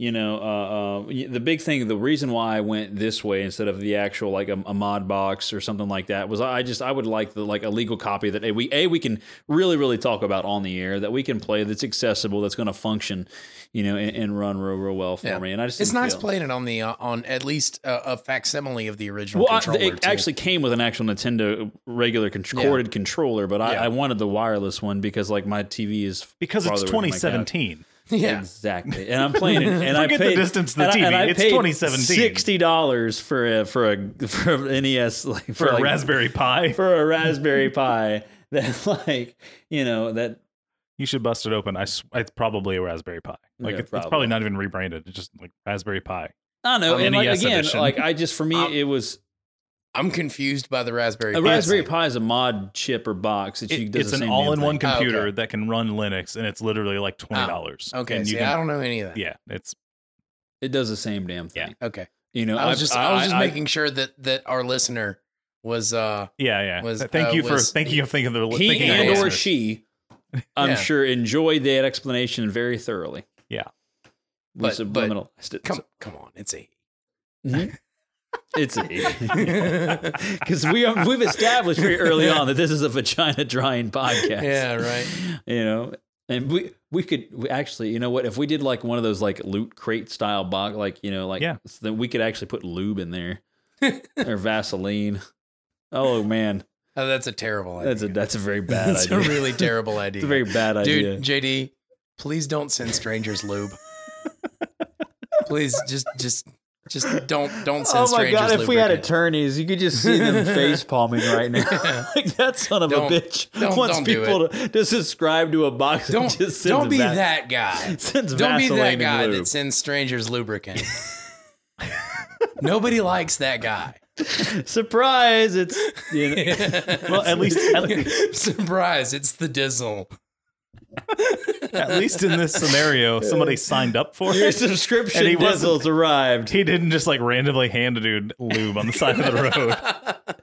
C: you know, uh, uh, y- the big thing, the reason why I went this way instead of the actual like a, a mod box or something like that was I just I would like the like a legal copy that a we a we can really really talk about on the air that we can play that's accessible that's going to function, you know, and, and run real real well for
D: Yeah.
C: me. And I just
D: It's
C: didn't
D: nice
C: feel-
D: playing it on the uh, on at least uh, a facsimile of the original
C: Well, I,
D: controller.
C: it
D: too.
C: actually came with an actual Nintendo regular con-
D: Yeah.
C: corded controller, but I,
D: Yeah.
C: I wanted the wireless one because like my TV is
E: because
C: farther
E: it's
C: away from my couch.
E: 2017.
D: yeah,
C: Exactly, and I'm playing it, and I
E: Forget the
C: paid
E: distance to the
C: and I-
E: TV.
C: and I
E: It's
C: paid
E: 2017.
C: Sixty dollars for a for a for a NES like for,
E: For a
C: like,
E: Raspberry Pi,
C: for a Raspberry Pi that like you know that
E: you should bust it open. I, s- it's probably a Raspberry Pi. Like
C: Yeah,
E: it's, it's
C: probably.
E: probably not even rebranded. It's just like Raspberry Pi.
C: I don't know.
E: On
C: and like
E: NES
C: again,
E: E edition.
C: like I just for me
D: Um,
C: it was
D: I'm confused by the Raspberry.
C: a
D: Pi
C: Raspberry
D: thing.
C: Pi is a mod chip or box that you
E: It-
C: does
E: it's
C: the
E: an
C: same damn
E: all-in-one
C: thing.
D: Oh, okay.
E: computer that can run Linux, and it's literally like twenty dollars.
D: Okay,
E: and
D: see, I don't know any of that.
E: yeah, it's
C: It does the same damn thing.
D: Okay,
C: You know,
D: I was
C: I've-
D: just I, was just making sure that that our listener was uh
E: yeah, yeah.
D: Was,
E: thank
D: uh,
E: you for
D: was-
E: thank you for thinking of the
C: he
E: thinking of the
C: and or
E: listeners.
C: she, I'm
D: Yeah.
C: sure, enjoyed that explanation very thoroughly.
E: Yeah.
C: We
D: But- but-
C: subliminalized it. hmm?
D: come come on, it's a
C: It's because we are, we've established very early on that this is a vagina drying podcast.
D: Yeah, right.
C: You know, and we we could we actually, you know what, if we did like one of those like loot crate style box, like you know, like
E: Yeah.
C: so then we could actually put lube in there or Vaseline. Oh man,
D: oh, that's a terrible idea.
C: that's a that's a very bad
D: That's
C: idea.
D: a really terrible idea.
C: it's a very bad idea.
D: Dude, JD, please don't send strangers lube. please just just just don't don't send
C: Oh my
D: strangers
C: god! If we had
D: lubricant.
C: attorneys, you could just see them face palming right now. like that son of
D: Don't-
C: a bitch
D: don't-
C: wants
D: don't do
C: people to, to subscribe to a box. and
D: Don't
C: just sends
D: don't be
C: vas-
D: that guy.
C: Sends
D: Don't be
C: Vaseline
D: that
C: and
D: guy
C: lube.
D: that sends strangers lubricant. Nobody likes that guy.
C: Surprise! It's you know,
E: Well, at least at, le-
D: surprise, it's the Dizzle.
E: at least in this scenario, somebody signed up for
C: your
E: it.
C: subscription
E: And he
C: dizzles
E: wasn't-
C: arrived.
E: He didn't just like randomly hand a dude lube on the side of the road. Oh,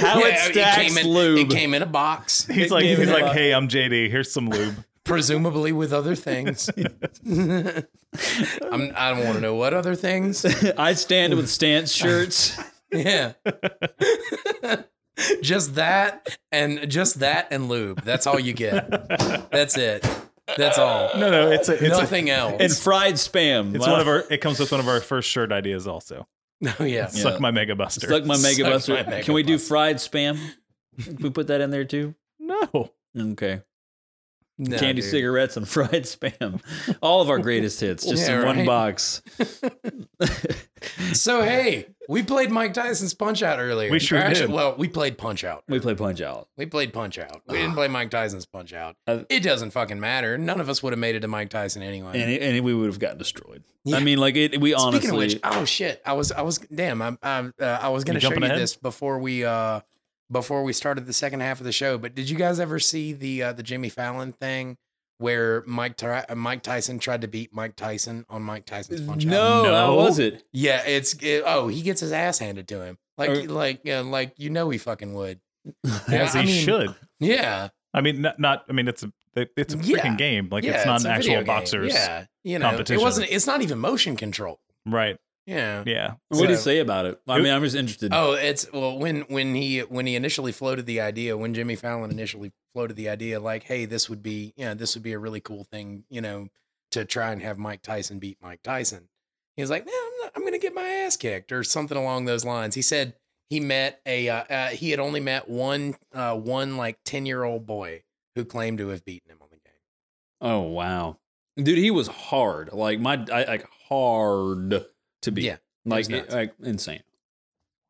C: How it stacks
D: came in,
C: lube.
D: It came in a box,
E: He's like
C: gave
E: he's
C: him
E: like,
C: a-
E: hey, I'm JD. Here's some lube.
D: presumably with other things. I'm, I don't want to know what other things.
C: I stand with stance shirts.
D: Yeah. just that and just that and lube. That's all you get. That's it. That's all.
E: No, no, it's a it's a,
D: Nothing else.
C: And fried spam.
E: it's one of our. It comes with one of our first shirt ideas also.
D: oh yeah.
C: Yeah.
E: Suck my mega buster.
C: Suck my mega
D: Suck
C: buster.
D: my Mega
C: Can we do
D: Buster.
C: fried spam? Can we put that in there too?
E: no.
C: Okay.
D: No,
C: candy
D: dude.
C: cigarettes and fried spam. All of our greatest hits, just
D: Yeah,
C: in one
D: right.
C: box.
D: So hey, we played Mike Tyson's Punch Out earlier.
E: We sure
D: Or actually,
E: did.
D: Well, we played Punch Out.
C: We play Punch Out.
D: We played Punch Out. We didn't play Mike Tyson's Punch Out.
C: Uh,
D: It doesn't fucking matter. None of us would have made it to Mike Tyson anyway.
C: And, it- and we would have gotten destroyed.
D: Yeah.
C: I mean, like it. We honestly.
D: Speaking of which, oh shit, I was I was damn, I'm, I'm uh, I was gonna
E: You
D: show
E: jumping
D: you
E: ahead?
D: this before we uh before we started the second half of the show. But did you guys ever see the uh, the Jimmy Fallon thing where Mike Ty- uh, Mike Tyson tried to beat Mike Tyson on Mike Tyson's punch
C: no,
E: No.
C: how was it?
D: yeah, it's it, oh he gets his ass handed to him like
C: Or-
D: like yeah, like you know he fucking would
E: As
D: Yeah,
E: he
D: I mean,
E: should.
D: yeah
E: I mean, not. not I mean, it's a it's a freaking
D: Yeah.
E: game. Like
D: yeah,
E: it's not an
D: a video
E: actual
D: game.
E: boxer's
D: yeah you know it
E: competition.
D: wasn't it's not even motion control
E: right.
D: yeah
E: Yeah.
C: What did he
D: So-
C: say about it? I mean, I'm just interested.
D: Oh, it's well when when he when he initially floated the idea, when Jimmy Fallon initially floated the idea, like, hey, this would be you know this would be a really cool thing, you know, to try and have Mike Tyson beat Mike Tyson. He was like, no, I'm, not, I'm going to get my ass kicked or something along those lines. He said he met a uh, uh, he had only met one uh, one like ten year old boy who claimed to have beaten him on the game.
C: Oh wow, dude, he was hard. Like my, I, like hard to beat.
D: Yeah,
C: like
D: was nuts.
C: like insane.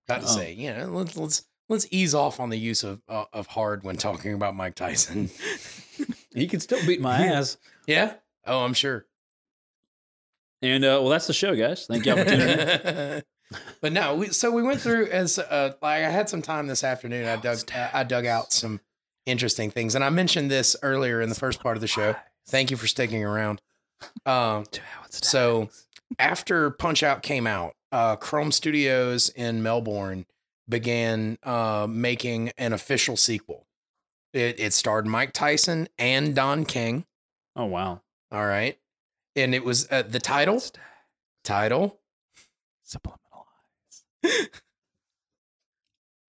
D: Got to
C: Oh.
D: say, you know, let's let's let's ease off on the use of uh, of hard when talking about Mike Tyson.
C: He could still beat my ass.
D: yeah. Oh, I'm sure.
C: And uh, well, that's the show, guys. Thank y'all for tuning in.
D: but no, we, so we went through as uh, like I had some time this afternoon. I dug uh, I dug out some interesting things, and I mentioned this earlier in the first part of the show. Thank you for sticking around. Um,
C: Two hours.
D: So after Punch Out came out, uh, Chrome Studios in Melbourne began uh, making an official sequel. It, it starred Mike Tyson and Don King.
C: Oh wow.
D: All right. And it was uh, the title, title,
C: Subliminal.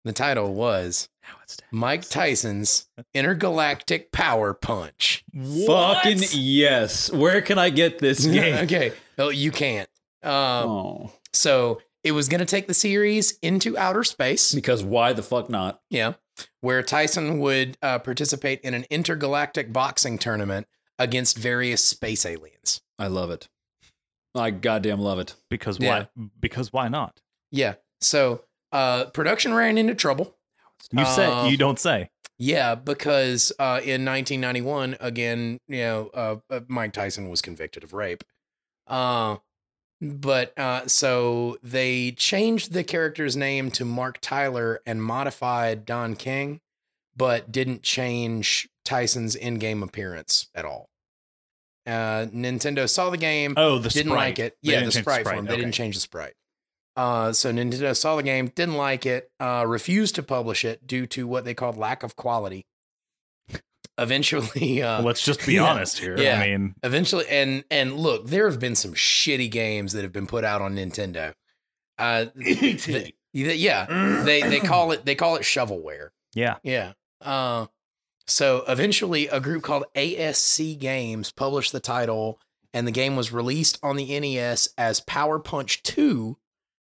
D: the title was
C: Now it's
D: Mike Tyson's Intergalactic Power Punch.
C: Fucking yes. Where can I get this game?
D: okay. Oh, you can't. Um,
C: Oh.
D: So it was going to take the series into outer space.
C: Because why the fuck not?
D: Yeah. Where Tyson would uh, participate in an intergalactic boxing tournament against various space aliens.
C: I love it. I goddamn love it.
E: Because
D: Yeah.
E: why? Because why not?
D: Yeah. So uh, production ran into trouble.
E: You
D: Uh,
E: say you don't say.
D: Yeah, because uh, in 1991, again, you know, uh, uh, Mike Tyson was convicted of rape. Uh, but uh, so they changed the character's name to Mark Tyler and modified Don King, but didn't change Tyson's in-game appearance at all. Uh, Nintendo saw the game,
E: Oh, the
D: didn't
E: sprite.
D: like it.
E: They
D: yeah,
E: didn't
D: the
E: change
D: sprite, form. They didn't
E: Okay.
D: change the sprite. Uh, so Nintendo saw the game, didn't like it, uh, refused to publish it due to what they called lack of quality. Eventually, uh,
E: Well, let's just be
D: Yeah.
E: honest here.
D: Yeah.
E: I mean,
D: eventually, and and look, there have been some shitty games that have been put out on Nintendo. Uh,
C: E
D: th- yeah, they they call it they call it shovelware.
E: yeah.
D: Yeah. Uh, so eventually, a group called ASC Games published the title, and the game was released on the NES as Power Punch Two,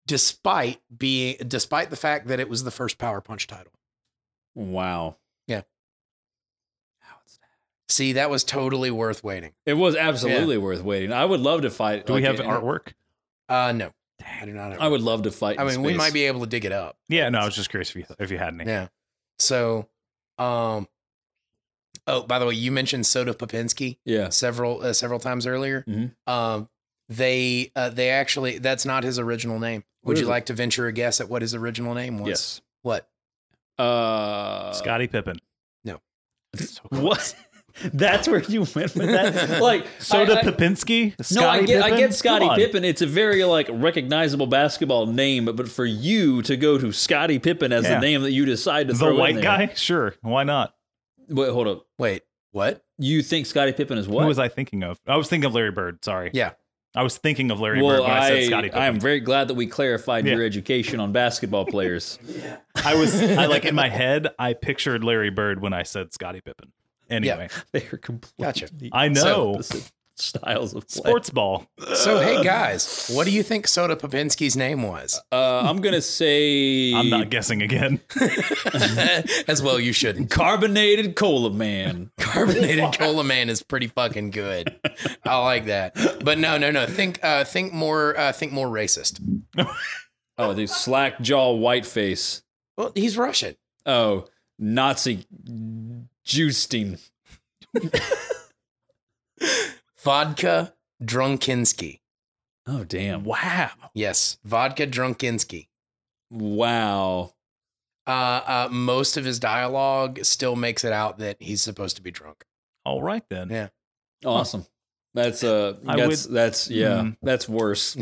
D: despite being despite the fact that it was the first Power Punch title.
C: Wow.
D: Yeah. See, that was totally worth waiting.
C: It was absolutely worth waiting. I would love to fight.
E: Do we
C: like,
E: have artwork?
D: Uh, no, I do not. Have
C: I would love to fight.
D: I
C: in
D: mean, we
C: space.
D: might be able to dig it up.
E: Yeah. No, I was just curious if you if you had any.
D: Yeah. So, um, oh, by the way, you mentioned Soda Popinski.
C: Yeah.
D: several uh, several times earlier.
C: Mhm.
D: Um, they uh, they actually that's not his original name. Would
C: What
D: you
C: is it?
D: like to venture a guess at what his original name was?
C: Yes.
D: What?
C: Uh,
E: Scotty Pippen.
D: No.
E: So close.
C: What? That's where you went with that. Like
E: Soda
C: I- I-
E: Popinski?
C: No, I
E: Scottie
C: get, I
E: Pippen?
C: get
E: Come
C: Scotty
E: on.
C: Pippen. It's a very like recognizable basketball name, but, but for you to go to Scotty Pippen as
E: Yeah.
C: the name that you decide to
E: The
C: throw in
E: white
C: there-
E: guy? Sure. Why not?
C: Wait, hold up.
D: Wait, what?
C: You think Scotty Pippen is what?
E: Who was I thinking of? I was thinking of Larry Bird. Sorry.
D: Yeah.
E: I was thinking of Larry
C: well,
E: Bird when I, said
C: I,
E: Scotty Pippen.
C: I am very glad that we clarified
E: Yeah.
C: your education on basketball players.
E: I was I like in my head, I pictured Larry Bird when I said Scotty Pippen. Anyway,
C: they are completely
D: Gotcha.
E: I know
C: opposite styles of play.
E: sports ball.
D: So hey guys, what do you think Soda Popinski's name was?
C: Uh, I'm gonna say
E: I'm not guessing again.
D: As well, you shouldn't.
C: carbonated cola man.
D: Carbonated Cola Man is pretty fucking good. I like that. But no, no, no. Think, uh, think more, uh, think more racist.
C: oh, the slack jaw white face.
D: Well, he's Russian.
C: Oh, Nazi Justin.
D: Vodka Drunkinsky.
C: Oh damn! Wow!
D: Yes, Vodka Drunkinsky.
C: Wow!
D: uh, uh, most of his dialogue still makes it out that he's supposed to be drunk.
E: All right then.
D: Yeah.
C: Awesome. That's uh,
E: I
C: that's that's yeah,
E: Mm.
C: that's worse.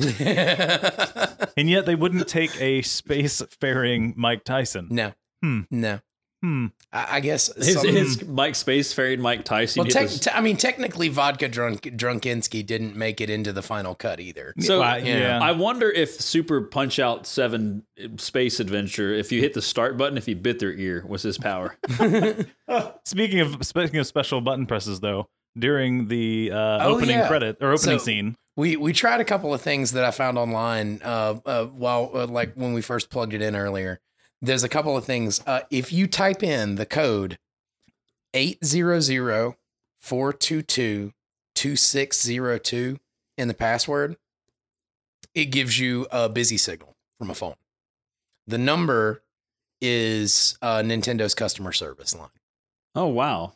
E: And yet they wouldn't take a spacefaring Mike Tyson.
D: no,
E: Hmm.
D: no.
E: Hmm.
D: I, I guess.
C: His,
D: some-
C: his Mike Spacefaring Mike Tyson.
D: well,
C: hit
D: tec-
C: his-
D: te- I mean, technically, vodka drunk Drunkinsky didn't make it into the final cut either.
C: So-
E: Well,
D: Yeah.
E: yeah.
C: I wonder if Super Punch Out Seven Space Adventure, if you hit the start button, if you bit their ear, was his power.
E: Speaking of speaking of special button presses, though, during the uh,
D: Oh,
E: opening
D: yeah.
E: credit or opening
D: So-
E: scene,
D: We we tried a couple of things that I found online. Uh, uh, while uh, like when we first plugged it in earlier, there's a couple of things. Uh, if you type in the code 800-422-2602 in the password, it gives you a busy signal from a phone. The number is uh, Nintendo's customer service line.
C: Oh wow!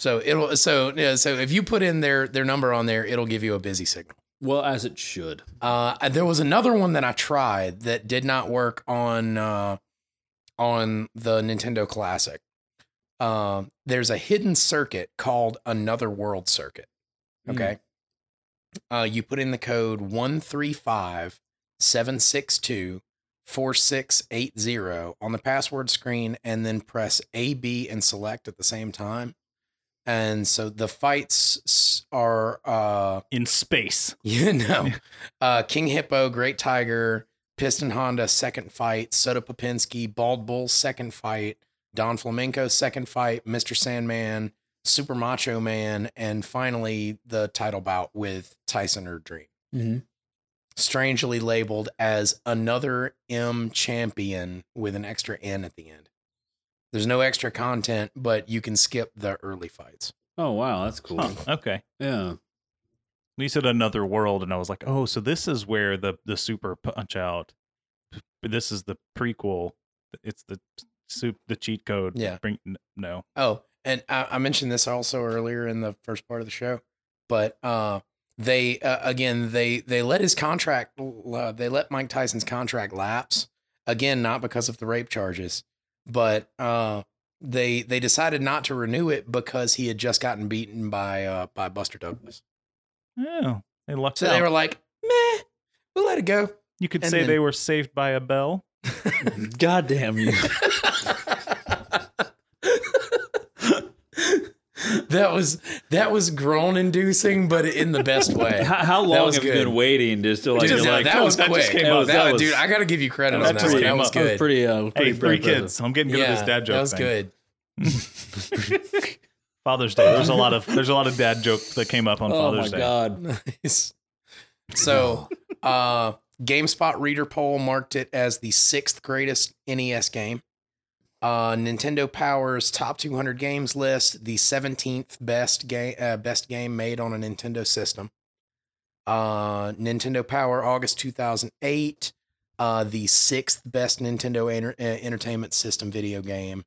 D: So it'll so yeah, so if you put in their their number on there, it'll give you a busy signal.
C: Well, as it should.
D: Uh, there was another one that I tried that did not work on uh, on the Nintendo Uh, Classic. Um, there's a hidden circuit called Another World Circuit, Okay. Uh, you put in the code 135 762 4680 on the password screen and then press AB and select at the same time. And so the fights s- are, uh,
E: In space.
D: you know, uh, King Hippo, Great Tiger, Piston Honda, second fight, Soda Popinski, Bald Bull, second fight, Don Flamenco, second fight, Mr. Sandman, Super Macho Man, and finally the title bout with Tyson or Dream.
C: Mhm.
D: Strangely labeled as another M champion with an extra N at the end. There's no extra content, but you can skip the early fights.
C: Oh wow, that's cool.
E: Huh, okay.
C: Yeah.
E: You said another world, and I was like, oh, so this is where the the super punch out. This is the prequel. It's the soup, the cheat code.
D: Yeah.
E: Bring, n- no.
D: Oh, and I, I mentioned this also earlier in the first part of the show, but uh, they uh, again they they let his contract uh, they let Mike Tyson's contract lapse again, not because of the rape charges, but uh, they they decided not to renew it because he had just gotten beaten by uh, by Buster Douglas.
E: Oh, they lucked
D: So
E: out.
D: they were like, meh, we'll let it go.
E: you could
D: and
E: say
D: then-
E: they were saved by a bell.
C: God damn you.
D: that was that was groan inducing, but in the best way.
C: How, how
D: That
C: long
D: was
C: have you been
D: good.
C: waiting just to like,
D: Dude,
C: you're
D: that-
C: like
D: that was
C: "Oh,
D: quick.
C: just came
D: that
C: up.
D: was,
C: That was-
D: dude, I gotta give you credit
E: that
D: on that.
E: just
D: one.
E: came
D: That
E: up.
D: was
E: That
C: was
D: good.
C: pretty uh pretty
E: Hey, three
C: impressive.
E: kids. I'm getting good
D: yeah,
E: at this dad joke.
D: that was
E: thing.
D: good.
E: Father's Day. There's a lot of there's a lot of dad jokes that came up on
C: Oh my
E: Father's Day.
C: god.
D: Nice. So, uh, GameSpot reader poll marked it as the sixth greatest NES game. Uh, Nintendo Power's top 200 games list, the 17th best game uh, best game made on a Nintendo system. Uh, Nintendo Power, August 2008, uh, the sixth best Nintendo enter- uh, Entertainment System video game.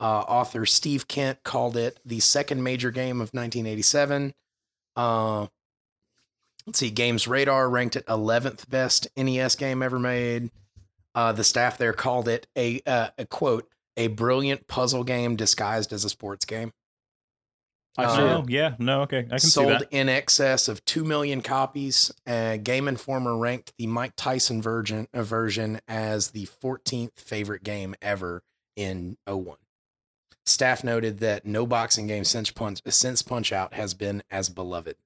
D: Uh, author Steve Kent called it the second major game of 1987. Uh, Let's see, Games Radar ranked it 11th best NES game ever made. Uh, the staff there called it a, uh, a quote, a brilliant puzzle game disguised as a sports game.
C: I see
E: Oh
D: Um,
E: yeah, no, okay, I can see
D: Sold
E: that.
D: in excess of 2 million copies. Uh, game Informer ranked the Mike Tyson version, uh, version as the 14th favorite game ever in 01. Staff noted that no boxing game since Punch, since punch Out has been as beloved,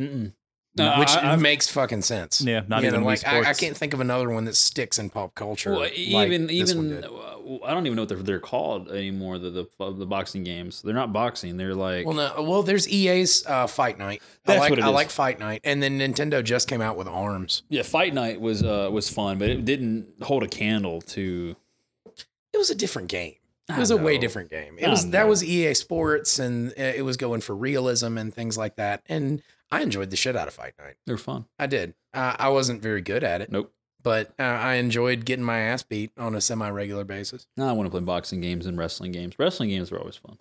C: Mm-mm. No,
D: which
C: I- I've-
D: makes fucking sense.
E: Yeah, not
D: You know,
E: even Wii
D: like I, I
E: Sports.
D: can't think of another one that sticks in pop culture.
C: Well,
D: like
C: even
D: this one
C: even
D: did.
C: uh, I don't even know what they're, they're called anymore. The, the the boxing games. They're not boxing. They're like
D: well, no, well, there's EA's uh, Fight Night. I
C: That's
D: like
C: what it
D: I
C: is.
D: like Fight Night, and then Nintendo just came out with Arms.
C: yeah. Fight night was uh was fun, but it didn't hold a candle to.
D: It was a different game. It
C: I
D: was a way
C: know.
D: different game. It
C: I
D: was that
C: know.
D: was EA Sports, and uh, it was going for realism and things like that. And I enjoyed the shit out of Fight Night.
C: They're fun.
D: I did. Uh, I wasn't very good at it.
C: Nope.
D: But uh, I enjoyed getting my ass beat on a semi-regular basis.
C: No, I want to play boxing games and wrestling games. Wrestling games are always fun.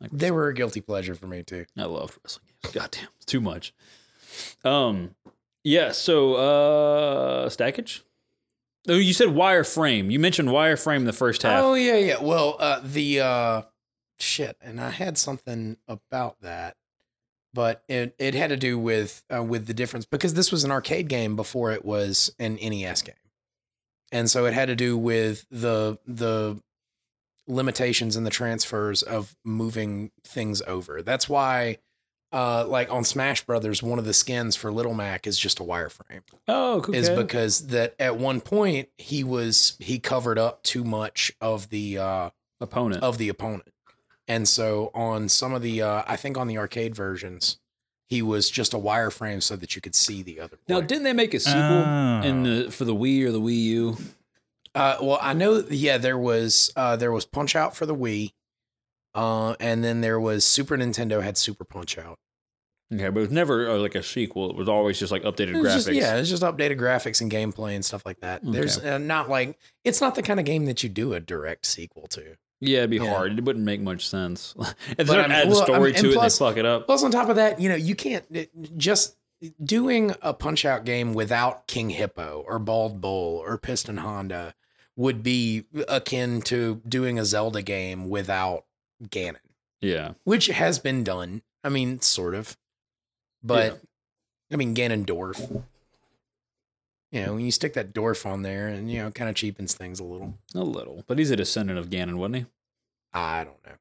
C: Like
D: They were a guilty pleasure for me too.
C: I loved wrestling games. Goddamn, it's too much. Um, yeah. So, uh, stackage. Oh, you said wireframe. You mentioned wireframe in the first half.
D: Oh yeah, yeah. Well, uh, the uh, shit, and I had something about that, but it it had to do with uh, with the difference because this was an arcade game before it was an NES game, and so it had to do with the the limitations and the transfers of moving things over. That's why. Uh, like on Smash Brothers, one of the skins for Little Mac is just a wireframe
C: oh okay.
D: is because that at one point he was he covered up too much of the uh
C: opponent.
D: of the opponent and so on some of the uh i think on the arcade versions he was just a wireframe so that you could see the other
C: now,
D: player.
C: didn't they make a sequel
D: Ah.
E: Oh.
C: in the for the Wii or the Wii U?
D: uh well i know yeah there was uh there was punch out for the wii uh and then there was super nintendo had super punch out
C: Okay, but it was never uh, like a sequel. It was always just like updated
D: It was
C: graphics.
D: just- yeah it's just updated graphics and gameplay and stuff like that there's uh, not like it's not the kind of game that you do a direct sequel to
C: Yeah, it'd be
D: Yeah.
C: hard. It wouldn't make much sense. if they
D: But,
C: don't
D: I mean,
C: add the
D: well, I
C: story
D: mean, and
C: to
D: plus-
C: it, they fuck it up.
D: Plus, on top of that, you know, you can't it- just doing a punch out game without King Hippo or Bald Bull or Piston Honda would be akin to doing a Zelda game without Ganon,
C: yeah.
D: which has been done. I mean, sort of. But I mean Ganondorf. You know, when you stick that dwarf on there and you know, kind of cheapens things a little.
C: a little, but he's a descendant of Ganon, wasn't he?
D: I don't know.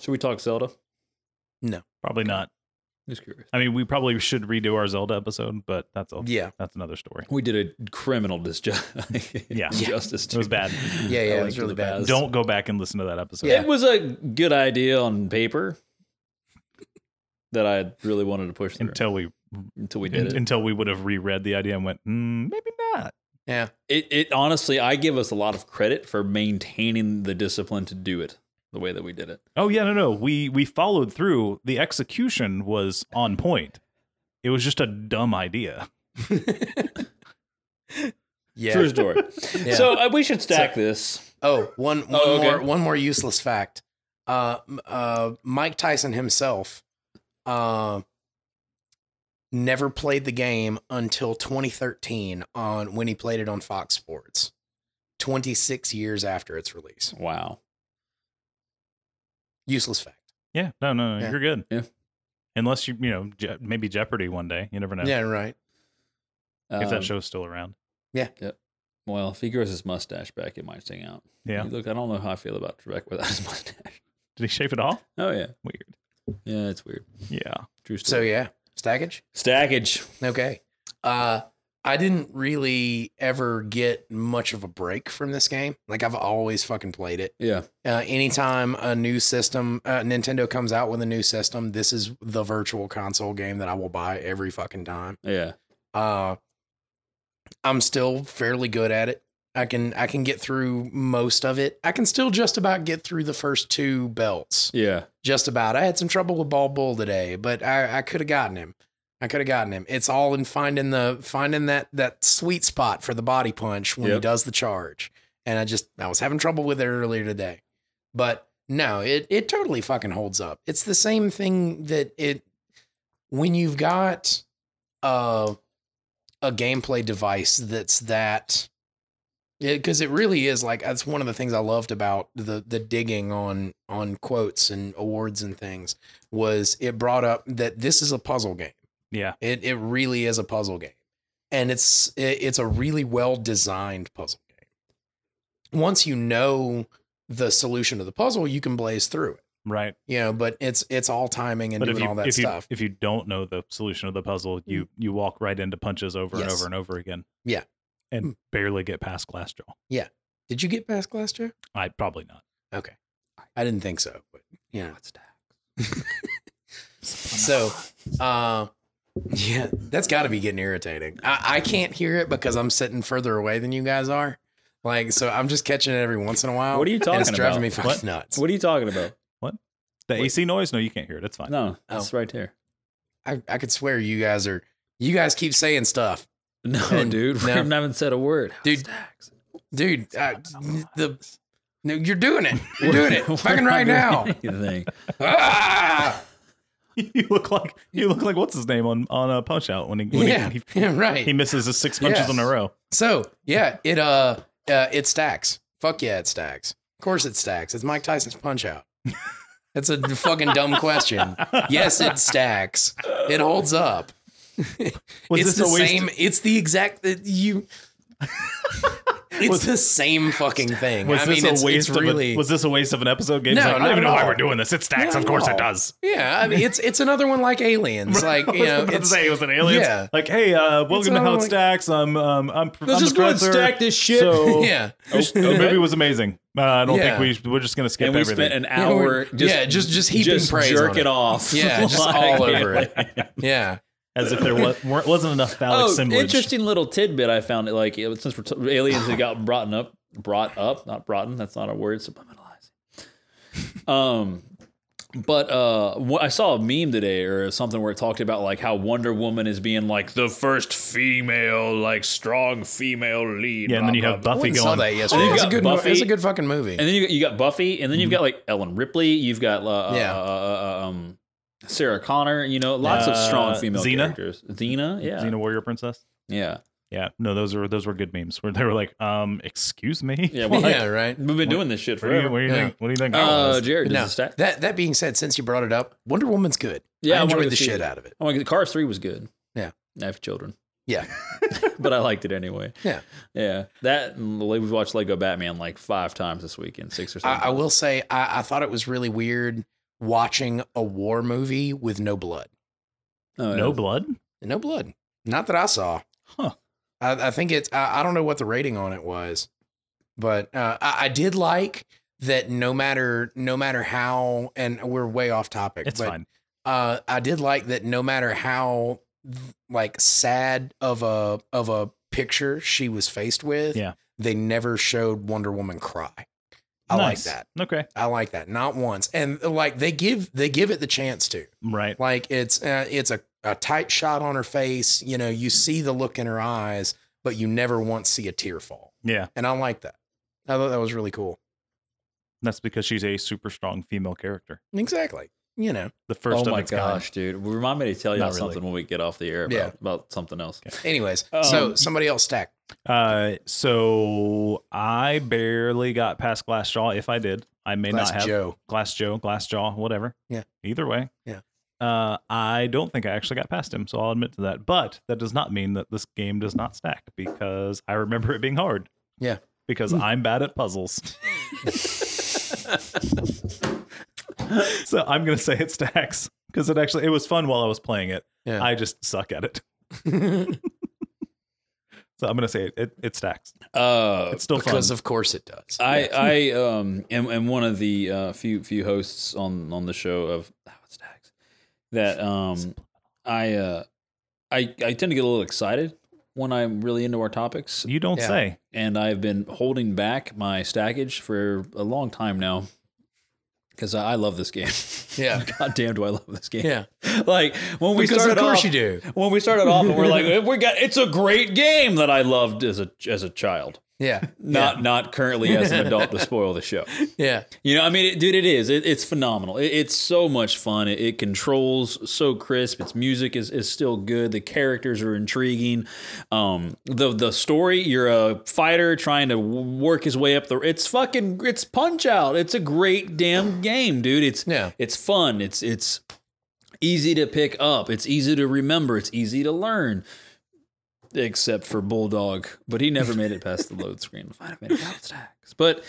C: Should we talk Zelda?
E: Probably not.
C: Just curious.
E: I mean, we probably should redo our Zelda episode, but that's a,
D: Yeah.
E: that's another story.
C: We did a criminal disju-
E: Yeah.
C: injustice.
E: It was bad.
D: Yeah, yeah, it
C: Going
D: was
C: to
D: really
C: the
D: bad.
C: past.
E: Don't go back and listen to that episode.
D: Yeah.
C: It was a good idea on paper that I really wanted to push through until,
E: Until we
C: we did it.
E: until we would have reread the idea and went, mm, maybe not.
D: Yeah.
C: it. It honestly, I give us a lot of credit for maintaining the discipline to do it the way that we did it.
E: Oh yeah, no, no. We we followed through. The execution was on point. It was just a dumb idea.
D: Yeah.
C: True story.
D: Yeah.
C: So uh, we should stack this.
D: Oh, one one
C: Oh, okay.
D: more one more useless fact. Uh, m- uh, Mike Tyson himself, uh, never played the game until 2013 on when he played it on Fox Sports. 26 years after its release.
C: Wow.
D: Useless fact.
E: Yeah, no, no, no
D: Yeah.
E: you're good.
C: Yeah.
E: Unless you, you know, Je- maybe Jeopardy one day. You never know.
D: Yeah, right.
E: If
C: Um,
E: that show's still around.
C: Well, if he grows his mustache back, it might sting out.
E: Yeah.
C: Look, I don't know how I feel about Trebek without his mustache.
E: Did he shave it off?
C: Oh yeah.
E: Weird.
C: Yeah, it's weird.
E: Yeah.
C: True
D: So
C: story.
D: yeah, stackage.
C: Stackage.
D: Okay. Uh I didn't really ever get much of a break from this game. Like I've always fucking played it.
C: Yeah.
D: Uh, anytime a new system, uh, Nintendo comes out with a new system, this is the virtual console game that I will buy every fucking time.
C: Yeah.
D: Uh, I'm still fairly good at it. I can I can get through most of it. I can still just about get through the first two belts
C: Yeah.
D: just about. I had some trouble with Ball Bull today, but I, I could have gotten him. I could have gotten him. It's all in finding the finding that that sweet spot for the body punch when he
C: Yep.
D: does the charge. And I just I was having trouble with it earlier today, but no, it it totally fucking holds up. It's the same thing that it when you've got uh a gameplay device that's that because it really is like that's one of the things I loved about the the digging on on quotes and awards and things was it brought up that this is a puzzle game.
E: Yeah.
D: It it really is a puzzle game, and it's it, it's a really well designed puzzle game. Once you know the solution to the puzzle, you can blaze through it.
E: Right.
D: You know, but it's it's all timing and
E: but if
D: doing
E: you
D: all that
E: if you
D: stuff. Mm.
E: if you don't know the solution of the puzzle, you you walk right into punches over and
D: Yes.
E: over and over again.
D: Yeah.
E: And
D: Hmm.
E: barely get past glass jaw.
D: Did you get past Glass Joe?
E: I probably not.
D: Okay, I didn't think so, but you know.
E: So
D: So, uh, yeah, that's got to be getting irritating. I, I can't hear it because I'm sitting further away than you guys are. Like, so I'm just catching it every once in a while.
C: What are you
D: and It's
C: talking
D: driving
C: about?
D: me fucking
E: What?
D: nuts.
C: What are you talking about?
E: the
C: Wait.
E: AC noise? No, you can't hear it. It's fine.
C: No,
D: Oh.
C: that's right there.
D: I, I could swear you guys are. You guys keep saying stuff,
C: No,
D: And-
C: dude, we
D: Oh, no.
C: haven't said a word.
D: Dude,
C: Stacks.
D: dude. Uh, the no, you're doing it. You're doing it. fucking right now.
C: Anything.
D: Ah!
E: you look like you look like what's his name on on a punch out when he when
D: Yeah,
E: he, he,
D: yeah, right.
E: he misses his six punches
D: Yes.
E: in a row.
D: So yeah, it uh, uh it stacks. Fuck yeah, it stacks. Of course it stacks. It's Mike Tyson's punch out. That's a fucking dumb question. Yes, it stacks. It holds up.
E: Was
D: it's
E: this
D: the
E: a waste-
D: same. It's the exact that you. it's
E: Was-
D: the same fucking thing.
E: Was
D: I
E: this
D: mean,
E: a
D: it's,
E: waste
D: it's really.
E: of a, was this a waste of an episode? Game's
D: No,
E: like, I
D: not
E: don't even
D: at
E: know why
D: all.
E: we're doing this. It stacks.
D: Not
E: of
D: at
E: course it
D: all.
E: does.
D: yeah, I mean, it's it's another one like aliens. Like you
E: I
D: know,
E: was about to
D: it's,
E: say it was an alien.
D: yeah.
E: Like, hey, uh, welcome
D: It's
E: to
D: not
E: How It
D: like-
E: Stacks. I'm um I'm pr-
C: Let's
E: I'm
C: just
E: the
C: go and
E: presser.
C: stack this shit.
E: So
D: yeah,
E: oh, the movie was amazing. Uh, I don't
D: Yeah.
E: think we we're just gonna skip
C: and we
E: everything.
C: spent an
D: Yeah, we-
C: hour just,
D: yeah, just just heaping
C: just
D: praise
C: jerk
D: on
C: it. off.
D: Yeah, just all over it. Yeah,
E: As if there was, weren't, wasn't enough phallic
C: Oh,
E: assemblage.
C: interesting little tidbit I found. It like it- since we're t- aliens that got brought up, brought up, not brought in. That's not a word. Subliminalizing. Um, but uh, wh- I saw a meme today or something where it talked about like how Wonder Woman is being like the first female, like strong female lead.
E: Yeah, and then
C: blah,
E: you
C: blah,
E: have
C: blah.
E: Buffy
D: I saw
E: going.
D: that yesterday.
C: Oh,
D: It's a
C: yeah,
D: good. mo-
C: Buffy.
D: It's a good fucking movie.
C: And then you got, you got Buffy, and then
E: Mm-hmm.
C: you've got like Ellen Ripley. You've got uh,
D: Yeah.
C: uh, uh, uh, um, Sarah Connor. You know, lots of
E: Uh,
C: strong female
E: Xena?
C: characters. Xena, yeah,
E: Xena Warrior Princess.
C: yeah.
E: Yeah, no, those were those were good memes where they were like, um, excuse me.
C: Yeah,
E: Like,
C: well,
D: yeah, right.
C: We've been doing this shit
E: what do you,
C: forever.
E: what do you
D: Yeah.
E: think? What do you think? that
C: Uh,
E: was?
C: Jared, does
D: No,
C: it stack?
D: that that being said, since you brought it up, Wonder Woman's good.
C: Yeah,
D: I
C: I wanna
D: enjoyed
C: go
D: the
C: see
D: shit
C: it.
D: out of it.
C: Oh my god, Cars Three was good.
D: Yeah.
C: I have children.
D: Yeah.
C: but I liked it anyway.
D: Yeah.
C: yeah. That and the- we've watched Lego Batman like five times this weekend, six or seven.
D: I, I will say, I, I thought it was really weird watching a war movie with no blood.
C: Oh,
E: no
C: yeah.
E: blood.
D: No blood. Not that I saw.
E: Huh.
D: I, I think it's, I, I don't know what the rating on it was, but uh, I, I did like that no matter, no matter how, and we're way off topic,
E: It's
D: but
E: fine.
D: uh, I did like that no matter how th- like sad of a of a picture she was faced with,
E: Yeah.
D: they never showed Wonder Woman cry. I
E: Nice.
D: like that.
E: Okay.
D: I like that. Not once. And like they give they give it the chance to.
E: Right.
D: Like it's uh, it's a, a tight shot on her face, you know, you see the look in her eyes, but you never once see a tear fall.
E: Yeah.
D: And I like that. I thought that was really cool.
E: That's because she's a super strong female character.
D: Exactly. You know.
E: The first
C: oh
E: of
C: my
E: its kind.
C: gosh, dude. Remind me to tell y'all
E: Not really.
C: something when we get off the air about,
D: Yeah.
C: about something else.
D: Anyways,
C: Um,
D: so somebody else stack.
E: Uh, so I barely got past Glass Jaw. If I did, I may
D: Glass
E: not have
D: Joe.
E: Glass Joe, Glass Jaw, whatever.
D: Yeah.
E: Either way.
D: Yeah.
E: Uh, I don't think I actually got past him, so I'll admit to that. But that does not mean that this game does not stack because I remember it being hard.
D: Yeah.
E: Because I'm bad at puzzles. so I'm gonna say it stacks because it actually it was fun while I was playing it.
D: Yeah.
E: I just suck at it. So I'm gonna say it it, it stacks.
C: Uh
E: It's still fun.
D: Oh, because of course it does.
C: I I um am, am one of the uh, few few hosts on on the show of oh, it stacks that um I uh I I tend to get a little excited when I'm really into our topics
E: you don't
D: Yeah.
E: say.
C: and I've been holding back my stackage for a long time now because I, I love this game.
D: Yeah.
C: God damn, do I love this game?
D: yeah.
C: Like when we
D: because
C: started
D: of course
C: off,
D: you do.
C: when we started off, and we're like, we got it's a great game that I loved as a as a child.
D: Yeah.
C: Not not currently as an adult to spoil the show.
D: Yeah.
C: You know, I mean, it, dude, it is. It, it's phenomenal. It, it's so much fun. It, it controls so crisp. Its music is, is still good. The characters are intriguing. Um, the the story. You're a fighter trying to w- work his way up the. It's fucking. It's Punch Out. It's a great damn game, dude. It's
D: Yeah.
C: it's fun. It's it's easy to pick up. It's easy to remember. It's easy to learn. Except for Bulldog, but he never made it past the load screen. Find a stacks, but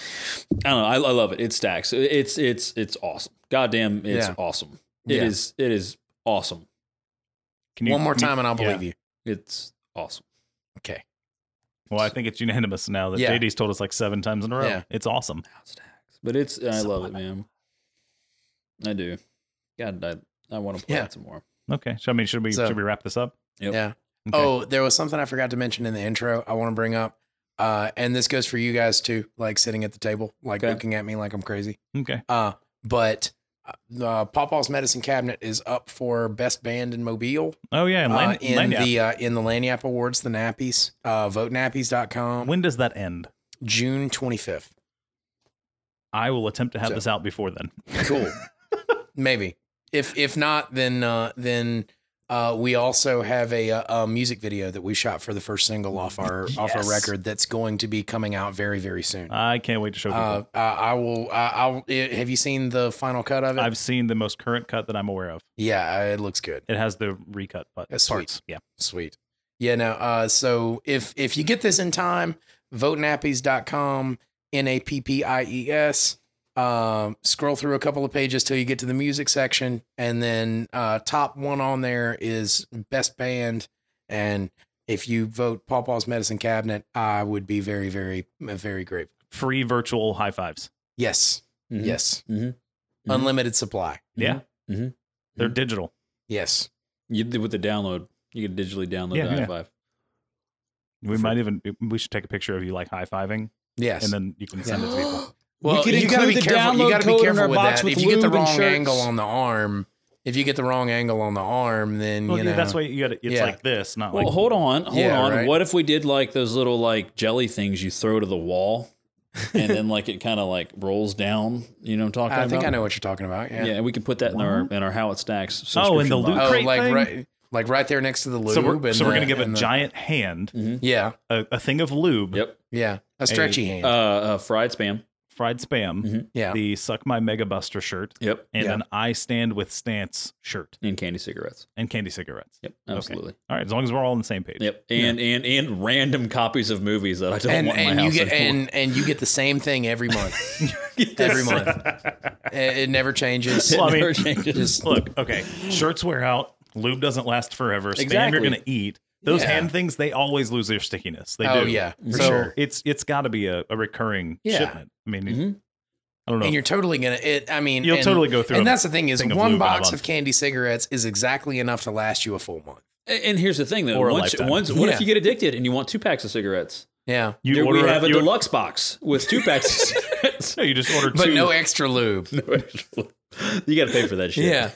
C: I don't know. I, I love it. It stacks. It's it's it's awesome. Goddamn, it's
D: Yeah.
C: awesome. It
D: Yeah.
C: is it is awesome.
E: Can you
D: One more
E: you-
D: time and I'll
E: yeah.
D: believe you.
C: It's awesome.
D: Okay.
E: Well, I think it's unanimous now that
D: Yeah.
E: JD's told us like seven times in a row.
D: Yeah.
E: It's awesome.
C: Stacks, but it's I
E: So-
C: love it, man. I do. God, I I want to play
D: Yeah.
C: it some more.
E: Okay. So I mean, should we
D: So-
E: should we wrap this up?
C: Yep.
D: Yeah.
E: Okay.
D: Oh, there was something I forgot to mention in the intro I want to bring up. Uh, and this goes for you guys too, like sitting at the table, like
C: Okay.
D: looking at me like I'm crazy.
E: Okay.
D: Uh, but uh, Pawpaw's Medicine Cabinet is up for Best Band in Mobile
E: Oh yeah. And
D: uh,
E: Lan-
D: in
E: Lanyap.
D: the uh, in the Lanyap Awards, the Nappies, uh, votenappies.com,
E: when does that end?
D: June 25th.
E: I will attempt to have
D: So-
E: this out before then.
D: Cool.
C: Mm-hmm.
D: Maybe. If if not, then uh, then uh, we also have a, uh a music video that we shot for the first single off our off our
E: Yes.
D: record that's going to be coming out very very soon. Uh,
E: I can't wait to show people.
D: uh, I will. I, I'll. eh, Have you seen the final cut of it?
E: I've seen the most current cut that I'm aware of.
D: yeah, uh, it looks good.
E: It has the recut but
D: That's sweet.
E: parts. Yeah.
D: Sweet. Yeah. No. Uh, so if if you get this in time, votenappies.com, n a p p i e s. Um, scroll through a couple of pages till you get to the music section, and then uh, top one on there is best band. And if you vote Paw Paw's Medicine Cabinet, I would be very, very, very grateful.
E: Free virtual high fives.
D: Yes,
C: Mhm.
D: yes,
C: Mhm. Mhm.
D: unlimited supply.
E: Yeah.
C: Mhm.
E: They're
D: Hmm.
C: Mhm.
E: digital.
D: Yes,
C: You with the download, you can digitally download
E: Yeah,
C: the
E: yeah.
C: i5.
E: We might even we should take a picture of you like high fiving
D: yes.
E: and then you can send it to people.
D: Well,
C: We could
D: you gotta be
C: include the
D: careful. You
C: download
D: gotta
C: code
D: be
C: in
D: careful
C: our
D: with
C: box
D: that.
C: with
D: if you get the
C: lube and
D: wrong
C: shirts.
D: angle on the arm, if you get the wrong angle on the arm, then
E: Well,
D: you
E: yeah,
D: know
E: that's why you got to it's
D: Yeah.
E: like this, not
C: Well,
E: like
C: hold on, hold
D: Yeah,
C: on.
D: right.
C: What if we did like those little like jelly things you throw to the wall, and then like it kind of like rolls down? You know what I'm talking
D: I
C: about?
D: think I know what you're talking about. Yeah.
C: Yeah, and we can put that in our in our how it stacks.
E: Oh, in
C: subscription
E: the
C: box.
E: loot
D: Oh,
E: Crate
D: like
E: thing?
D: right, like right there next to the lube.
E: so we're,
D: and
E: so we're
D: the-
E: gonna give a
D: and the-
E: giant hand,
C: Mhm.
D: Yeah,
E: a, a thing of lube,
C: Yep.
D: yeah, a stretchy hand.
C: Uh, uh, fried spam.
E: fried
C: Mhm.
E: spam,
D: Mm-hmm. yeah,
E: the suck my mega buster shirt,
C: Yep.
E: and
D: Yeah.
E: an I stand with stance shirt
C: And candy cigarettes.
E: and candy cigarettes.
C: Yep. Absolutely.
E: All right, as long as we're all on the same page.
C: Yep. And, and and random copies of movies that I don't
D: and
C: want in my
D: and you
C: house
D: get
C: anymore.
D: and and you get the same thing every month. every month. it, it never changes.
E: Well, I mean,
C: Never changes.
D: Just
E: Look, okay, shirts wear out, lube doesn't last forever. Spam
C: Exactly.
E: you're gonna eat. Those
D: Yeah.
E: hand things, they always lose their stickiness. They
D: oh
E: do.
D: yeah, for
E: so
D: sure.
E: it's it's got to be a, a recurring
D: Yeah. Mm-hmm.
E: shipment. I mean,
C: Mhm.
E: I don't know.
D: And you're totally gonna. It. I mean,
E: You'll
D: and-
E: totally go through.
D: And
E: them.
D: that's the thing is,
E: thing of
D: one
E: lube in a
D: box
E: month.
D: of candy cigarettes is exactly enough to last you a full month.
C: And here's the thing, though.
E: Or a
C: once,
E: lifetime.
C: once, what
D: Yeah.
C: if you get addicted and you want two packs of cigarettes?
D: Yeah,
E: you
C: there, we
E: order-
C: have a
E: you-
C: deluxe box with two packs of cigarettes.
E: No, you just order two.
D: but no extra lube.
C: you got to pay for that shit.
D: Yeah,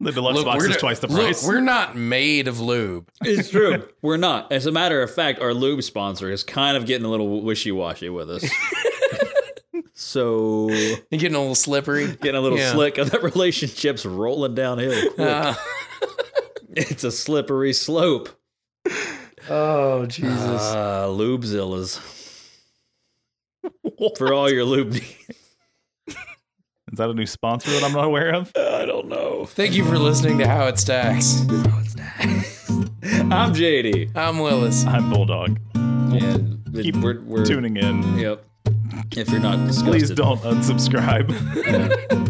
E: the deluxe
D: Look,
E: box
D: we're
E: is
D: not-
E: twice the
D: look,
E: price.
D: we're not made of lube.
C: It's true. We're not. As a matter of fact, our lube sponsor is kind of getting a little wishy washy with us. so
D: You're getting a little slippery.
C: getting a little
D: Yeah.
C: slick. That relationship's rolling downhill. Quick.
D: Uh,
C: it's a slippery slope.
D: oh Jesus!
C: Ah, lubezillas. For all your lube needs.
E: is that a new sponsor that I'm not aware of?
C: I don't know.
D: Thank you for listening to How It Stacks.
C: I'm JD.
D: I'm Willis.
E: I'm Bulldog.
C: And
E: Keep
C: we're, we're
E: tuning in.
C: Yep. If you're not disgusted.
E: Please don't unsubscribe.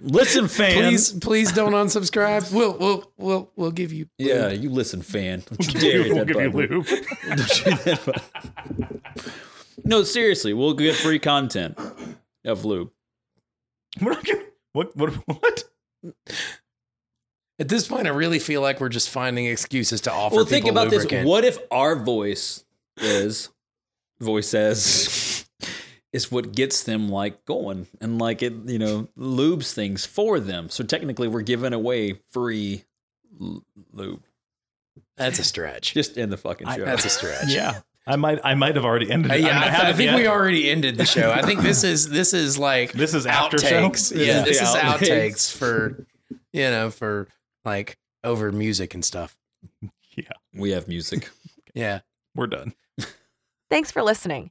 C: Listen, fan.
D: Please, please don't unsubscribe. We'll, we'll, we'll, we'll give you.
C: Yeah, you listen, fan. Don't you dare hit
E: we'll
C: that
E: give you
C: button.
E: lube.
C: Don't you hit that button. No, seriously, we'll get free content of lube.
E: We're not gonna- What? What? What?
D: At this point, I really feel like we're just finding excuses to offer.
C: well, think
D: people
C: about this.
D: lubricant.
C: What if our voice is voice says is what gets them like going and like it, you know, lubes things for them. So technically, we're giving away free l- lube.
D: That's a stretch.
C: Just in the fucking
E: I-
C: show.
D: That's a stretch.
E: Yeah, I might. I might have already ended.
D: Uh,
E: it.
D: yeah,
E: mean,
D: I, th- I
E: haven't
D: think
E: yet.
D: we already ended the show. I think this is this is like
E: This is after show.
D: outtakes. Yeah,
C: This
D: this
C: is
D: is
C: the outtakes.
D: outtakes for you know for like over music and stuff.
C: we have music.
D: Yeah.
E: We're done.
F: Thanks for listening.